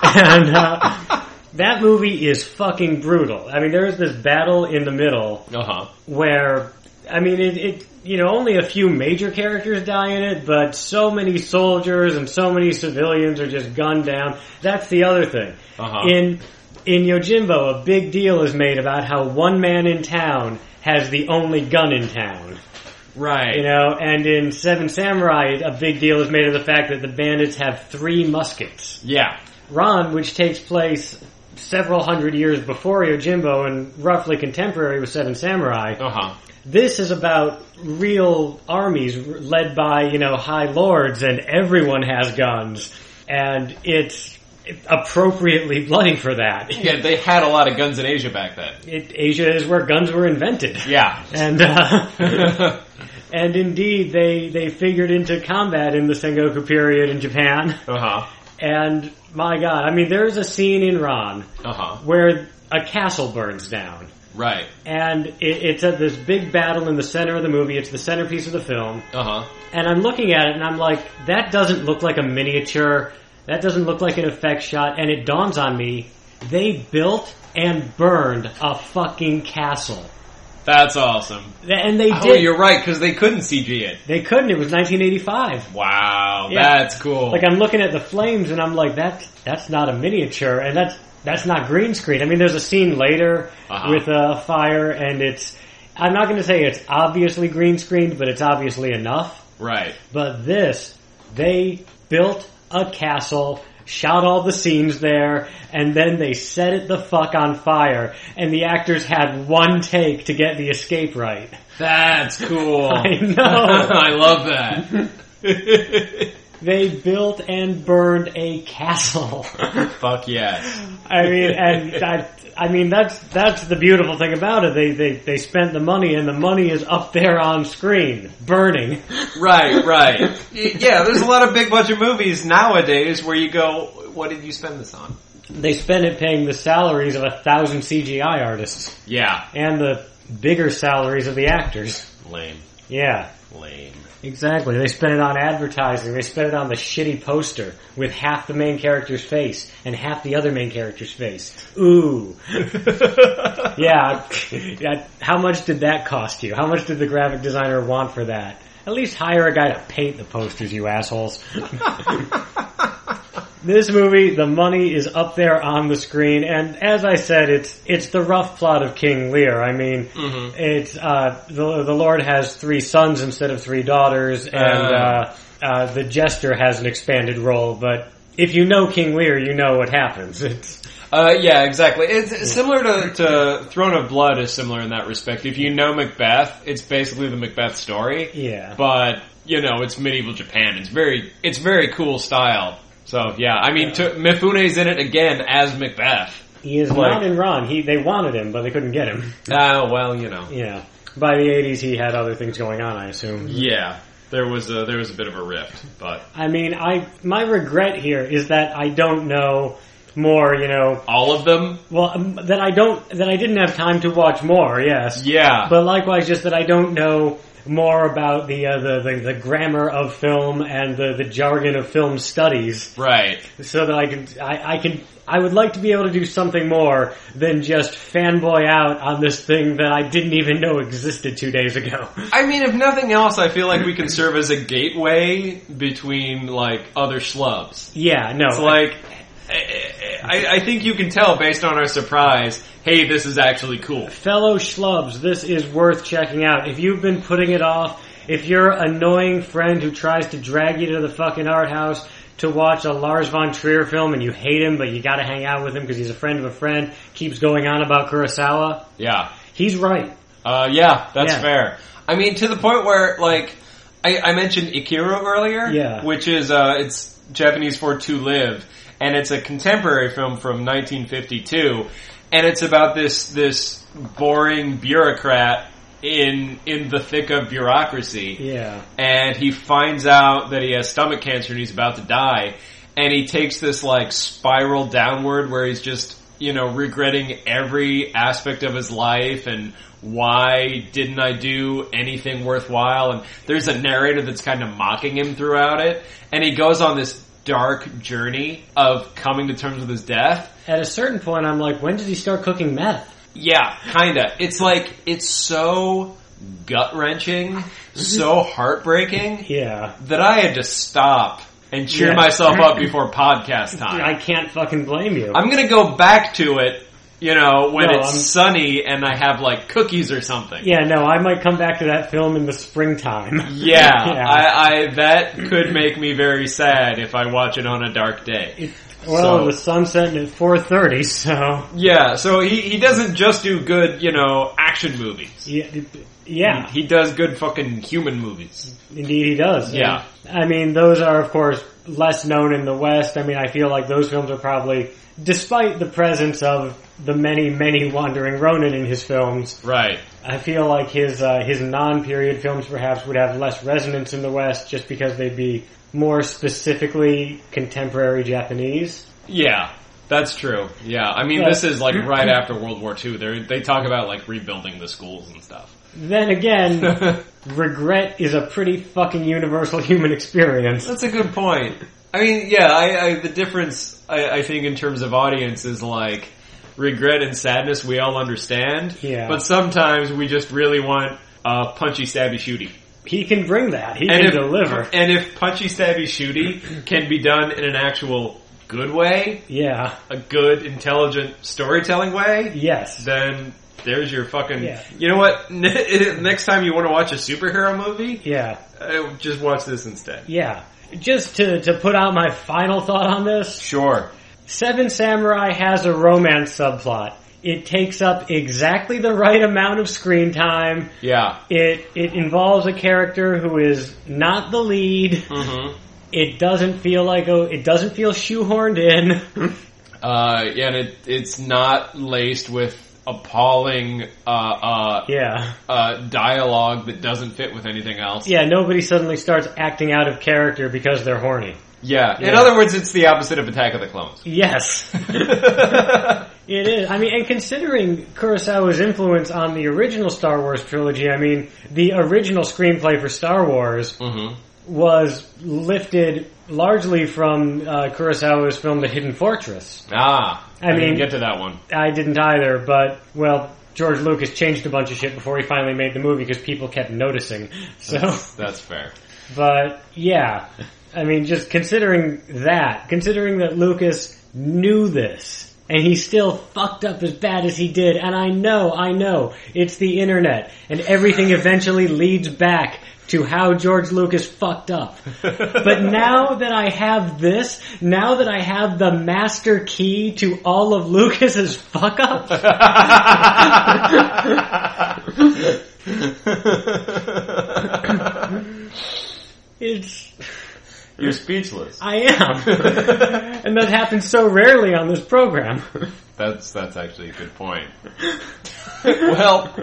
B: and uh, that movie is fucking brutal. I mean, there is this battle in the middle
A: Uh huh.
B: where I mean it, it you know only a few major characters die in it, but so many soldiers and so many civilians are just gunned down. That's the other thing.
A: Uh-huh.
B: In in Yojimbo, a big deal is made about how one man in town has the only gun in town.
A: Right.
B: You know, and in Seven Samurai, a big deal is made of the fact that the bandits have three muskets.
A: yeah.
B: Ron, which takes place several hundred years before Yojimbo and roughly contemporary with Seven Samurai,
A: Uh huh.
B: this is about real armies led by you know high lords and everyone has guns and it's appropriately bloody for that
A: Yeah, they had a lot of guns in Asia back then.
B: it, asia is where guns were invented
A: Yeah. [LAUGHS] Uh-huh.
B: and uh, and indeed they they figured into combat in the sengoku period in japan
A: huh.
B: and my god i mean there's a scene in ron
A: Uh huh.
B: where a castle burns down
A: Right.
B: and it, it's at this big battle in the center of the movie it's the centerpiece of the film
A: Uh huh.
B: And I'm looking at it and I'm like, that doesn't look like a miniature. That doesn't look like an effect shot. And it dawns on me, they built and burned a fucking castle.
A: That's awesome.
B: Th- And they
A: Oh,
B: did.
A: you're right, because they couldn't CG it.
B: They couldn't. It was 1985.
A: Wow,
B: Yeah.
A: that's cool.
B: Like I'm looking at the flames and I'm like, that's that's not a miniature, and that's that's not green screen. I mean, there's a scene later
A: Uh-huh.
B: with a fire, and it's. I'm not going to say it's obviously green screened, but it's obviously enough.
A: Right.
B: But this, they built a castle, shot all the scenes there, and then they set it the fuck on fire, and the actors had one take to get the escape right.
A: That's cool.
B: [LAUGHS] I know.
A: [LAUGHS] I love that. [LAUGHS]
B: They built and burned a castle. [LAUGHS]
A: Fuck yes.
B: I mean, and I, I mean that's that's the beautiful thing about it. They, they they spent the money, and the money is up there on screen, burning.
A: Right, right. Y- Yeah, there's a lot of big budget movies nowadays where you go, what did you spend this on?
B: They spent it paying the salaries of a thousand CGI artists
A: Yeah.
B: and the bigger salaries of the actors.
A: Lame.
B: Yeah,
A: Lame. [LAUGHS]
B: exactly. They spent it on advertising. They spent it on the shitty poster with half the main character's face and half the other main character's face. Ooh. Yeah. yeah. How much did that cost you? How much did the graphic designer want for that? At least hire a guy to paint the posters, you assholes. this movie, the money is up there on the screen, and as I said, it's it's the rough plot of King Lear. I mean, it's uh, the the Lord has three sons instead of three daughters, and
A: Uh.
B: uh, uh, the jester has an expanded role. But if you know King Lear, you know what happens. It's
A: Uh, yeah, exactly. It's it's similar to, to Throne of Blood is similar in that respect. If you know Macbeth, it's basically the Macbeth story.
B: yeah.
A: but you know it's medieval Japan. It's very it's very cool style. So yeah, I mean to, Mifune's in it again as Macbeth.
B: He is
A: Like-
B: not in Ron. He they wanted him, but they couldn't get him.
A: Ah, well, you know,
B: Yeah. By the 80s, he had other things going on, I assume.
A: yeah, there was a there was a bit of a rift, but
B: I mean, I my regret here is that I don't know more. You know,
A: all of them,
B: well, um, that I don't that I didn't have time to watch more. Yes,
A: yeah,
B: but likewise, just that I don't know more about the uh, the, the the grammar of film and the the jargon of film studies.
A: right,
B: so that I can I, I can I would like to be able to do something more than just fanboy out on this thing that I didn't even know existed two days ago. [LAUGHS]
A: I mean, if nothing else, I feel like we can serve as a gateway between like other schlubs.
B: Yeah, no,
A: It's like, I, I, I think you can tell based on our surprise. Hey, this is actually cool.
B: fellow schlubs, this is worth checking out. If you've been putting it off, if your annoying friend who tries to drag you to the fucking art house to watch a Lars von Trier film and you hate him but you got to hang out with him because he's a friend of a friend, keeps going on about Kurosawa,
A: Yeah.
B: he's right.
A: Uh, yeah, that's
B: Yeah.
A: fair. I mean, to the point where, like, I, I mentioned Ikiro earlier,
B: Yeah.
A: which is uh, it's Japanese for to live, and it's a contemporary film from 1952, and it's about this this boring bureaucrat in in the thick of bureaucracy
B: Yeah.
A: and he finds out that he has stomach cancer and he's about to die. And he takes this like spiral downward where he's just, you know, regretting every aspect of his life and why didn't I do anything worthwhile? And there's a narrator that's kind of mocking him throughout it. And he goes on this dark journey of coming to terms with his death.
B: At a certain point, I'm like, when did he start cooking meth?
A: Yeah, kinda. It's like, it's so gut wrenching, so heartbreaking.
B: Yeah.
A: that I had to stop and cheer
B: Yeah.
A: myself up before
B: [LAUGHS]
A: podcast time.
B: I can't fucking blame you.
A: I'm gonna go back to it, you know, when
B: No,
A: it's
B: I'm-
A: sunny and I have like cookies or something.
B: yeah, no, I might come back to that film in the springtime.
A: [LAUGHS] Yeah,
B: [LAUGHS] Yeah.
A: I, I that could make me very sad if I watch it on a dark day.
B: well,
A: So-
B: the sun's setting at 4.30, so...
A: Yeah, so he, he doesn't just do good, you know, action movies.
B: Yeah, yeah
A: He does good fucking human movies.
B: indeed he does.
A: Yeah.
B: I mean, those are, of course, less known in the West. I mean, I feel like those films are probably, despite the presence of the many, many Wandering Ronin in his films,
A: Right.
B: I feel like his uh, his non-period films perhaps would have less resonance in the West just because they'd be more specifically contemporary Japanese.
A: Yeah. That's true. Yeah. I mean,
B: Yeah.
A: this is like right after World War II. They're, they talk about like rebuilding the schools and stuff. [LAUGHS]
B: Then again, regret is a pretty fucking universal human experience.
A: That's a good point. I mean, yeah, I, I the difference I, I think in terms of audience is like regret and sadness we all understand.
B: Yeah.
A: But sometimes we just really want uh, punchy stabby shooty.
B: He can bring that. He
A: And
B: can
A: if-
B: deliver.
A: And if punchy stabby shooty can be done in an actual good way,
B: Yeah.
A: a good intelligent storytelling way,
B: Yes.
A: then There's your fucking.
B: Yeah.
A: You know what? [LAUGHS] Next time you want to watch a superhero movie,
B: Yeah.
A: uh, just watch this instead.
B: Yeah. Just to, to put out my final thought on this,
A: Sure.
B: Seven Samurai has a romance subplot. It takes up exactly the right amount of screen time.
A: Yeah.
B: It it involves a character who is not the lead.
A: Mm-hmm.
B: It doesn't feel like a it doesn't feel shoehorned in.
A: Uh, yeah, and it, it's not laced with appalling uh, uh,
B: yeah.
A: uh, dialogue that doesn't fit with anything else.
B: Yeah, nobody suddenly starts acting out of character because they're horny.
A: Yeah. In
B: Yeah.
A: other words, it's the opposite of Attack of the Clones.
B: [LAUGHS] Yes. It is. I mean, and considering Kurosawa's influence on the original Star Wars trilogy, I mean, the original screenplay for Star Wars
A: mm-hmm.
B: was lifted largely from uh, Kurosawa's film The Hidden Fortress.
A: Ah,
B: I
A: didn't
B: mean-
A: get to that one.
B: I didn't either, but, well, George Lucas changed a bunch of shit before he finally made the movie because people kept noticing. So,
A: That's fair.
B: but, yeah. I mean, just considering that, considering that Lucas knew this, and he still fucked up as bad as he did, and I know, I know, it's the internet, and everything eventually leads back to how George Lucas fucked up. [LAUGHS] But now that I have this, now that I have the master key to all of Lucas's fuck up, it's,
A: [LAUGHS] You're speechless.
B: I am. And that happens so rarely on this program.
A: That's that's actually a good point. well,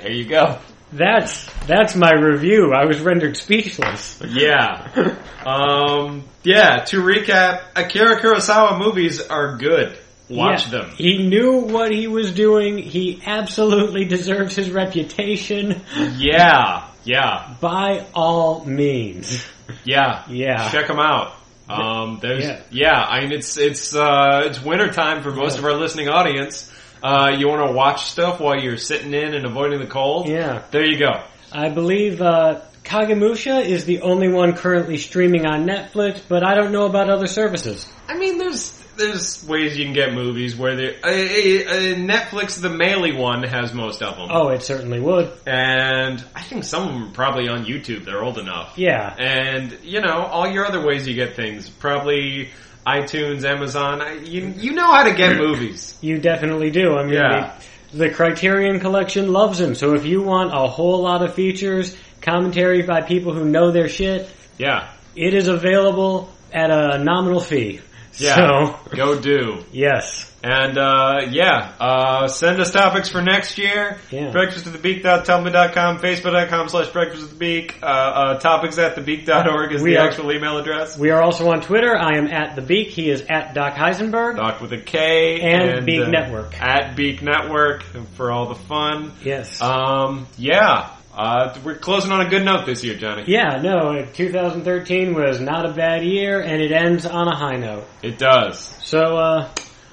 A: there you go.
B: That's that's my review. I was rendered speechless.
A: Yeah. Um, yeah. To recap, Akira Kurosawa movies are good. Watch
B: Yeah.
A: them.
B: He knew what he was doing. He absolutely deserves his reputation
A: Yeah. Yeah.
B: by all means.
A: Yeah.
B: Yeah.
A: Check them out. Um, there's
B: Yeah.
A: yeah. I mean it's it's uh, it's winter time for most of our listening audience. Uh, you want to watch stuff while you're sitting in and avoiding the cold.
B: Yeah.
A: There you go.
B: I believe uh, Kagemusha is the only one currently streaming on Netflix, but I don't know about other services.
A: I mean, there's there's ways you can get movies where they uh, uh, Netflix the Melee one has most of them,
B: Oh, it certainly would.
A: and I think some of them are probably on YouTube. They're old enough,
B: Yeah.
A: and you know all your other ways you get things probably iTunes, Amazon. I- You you know how to get movies.
B: You definitely do. I mean,
A: Yeah.
B: the, the Criterion Collection loves him. So if you want a whole lot of features, commentary by people who know their shit,
A: Yeah,
B: it is available at a nominal fee.
A: yeah.
B: So,
A: Go do.
B: yes.
A: And uh, yeah, uh, send us topics for next year.
B: Yeah.
A: Breakfast at the Beak.tumblr.com, Facebook.com slash Breakfast at the Beak. Uh, uh, topics at the Beak.org is
B: We
A: the
B: are-
A: actual email address.
B: We are also on Twitter. I am at The Beak. He is at Doc Heisenberg.
A: Doc with a K. uh,
B: And Beak Network.
A: At Beak Network for all the fun.
B: Yes.
A: Um, yeah. Uh, we're closing on a good note this year, Johnny.
B: yeah, no, 2013 was not a bad year, and it ends on a high note.
A: It does.
B: So, uh,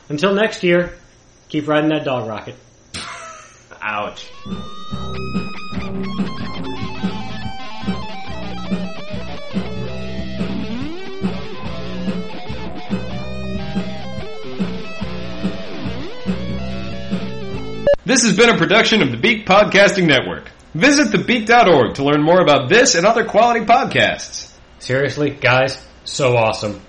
B: until next year, keep riding that dog rocket.
A: Ouch. This has been a production of the Beak Podcasting Network. Visit thebeak.org to learn more about this and other quality podcasts.
B: Seriously, guys, so awesome.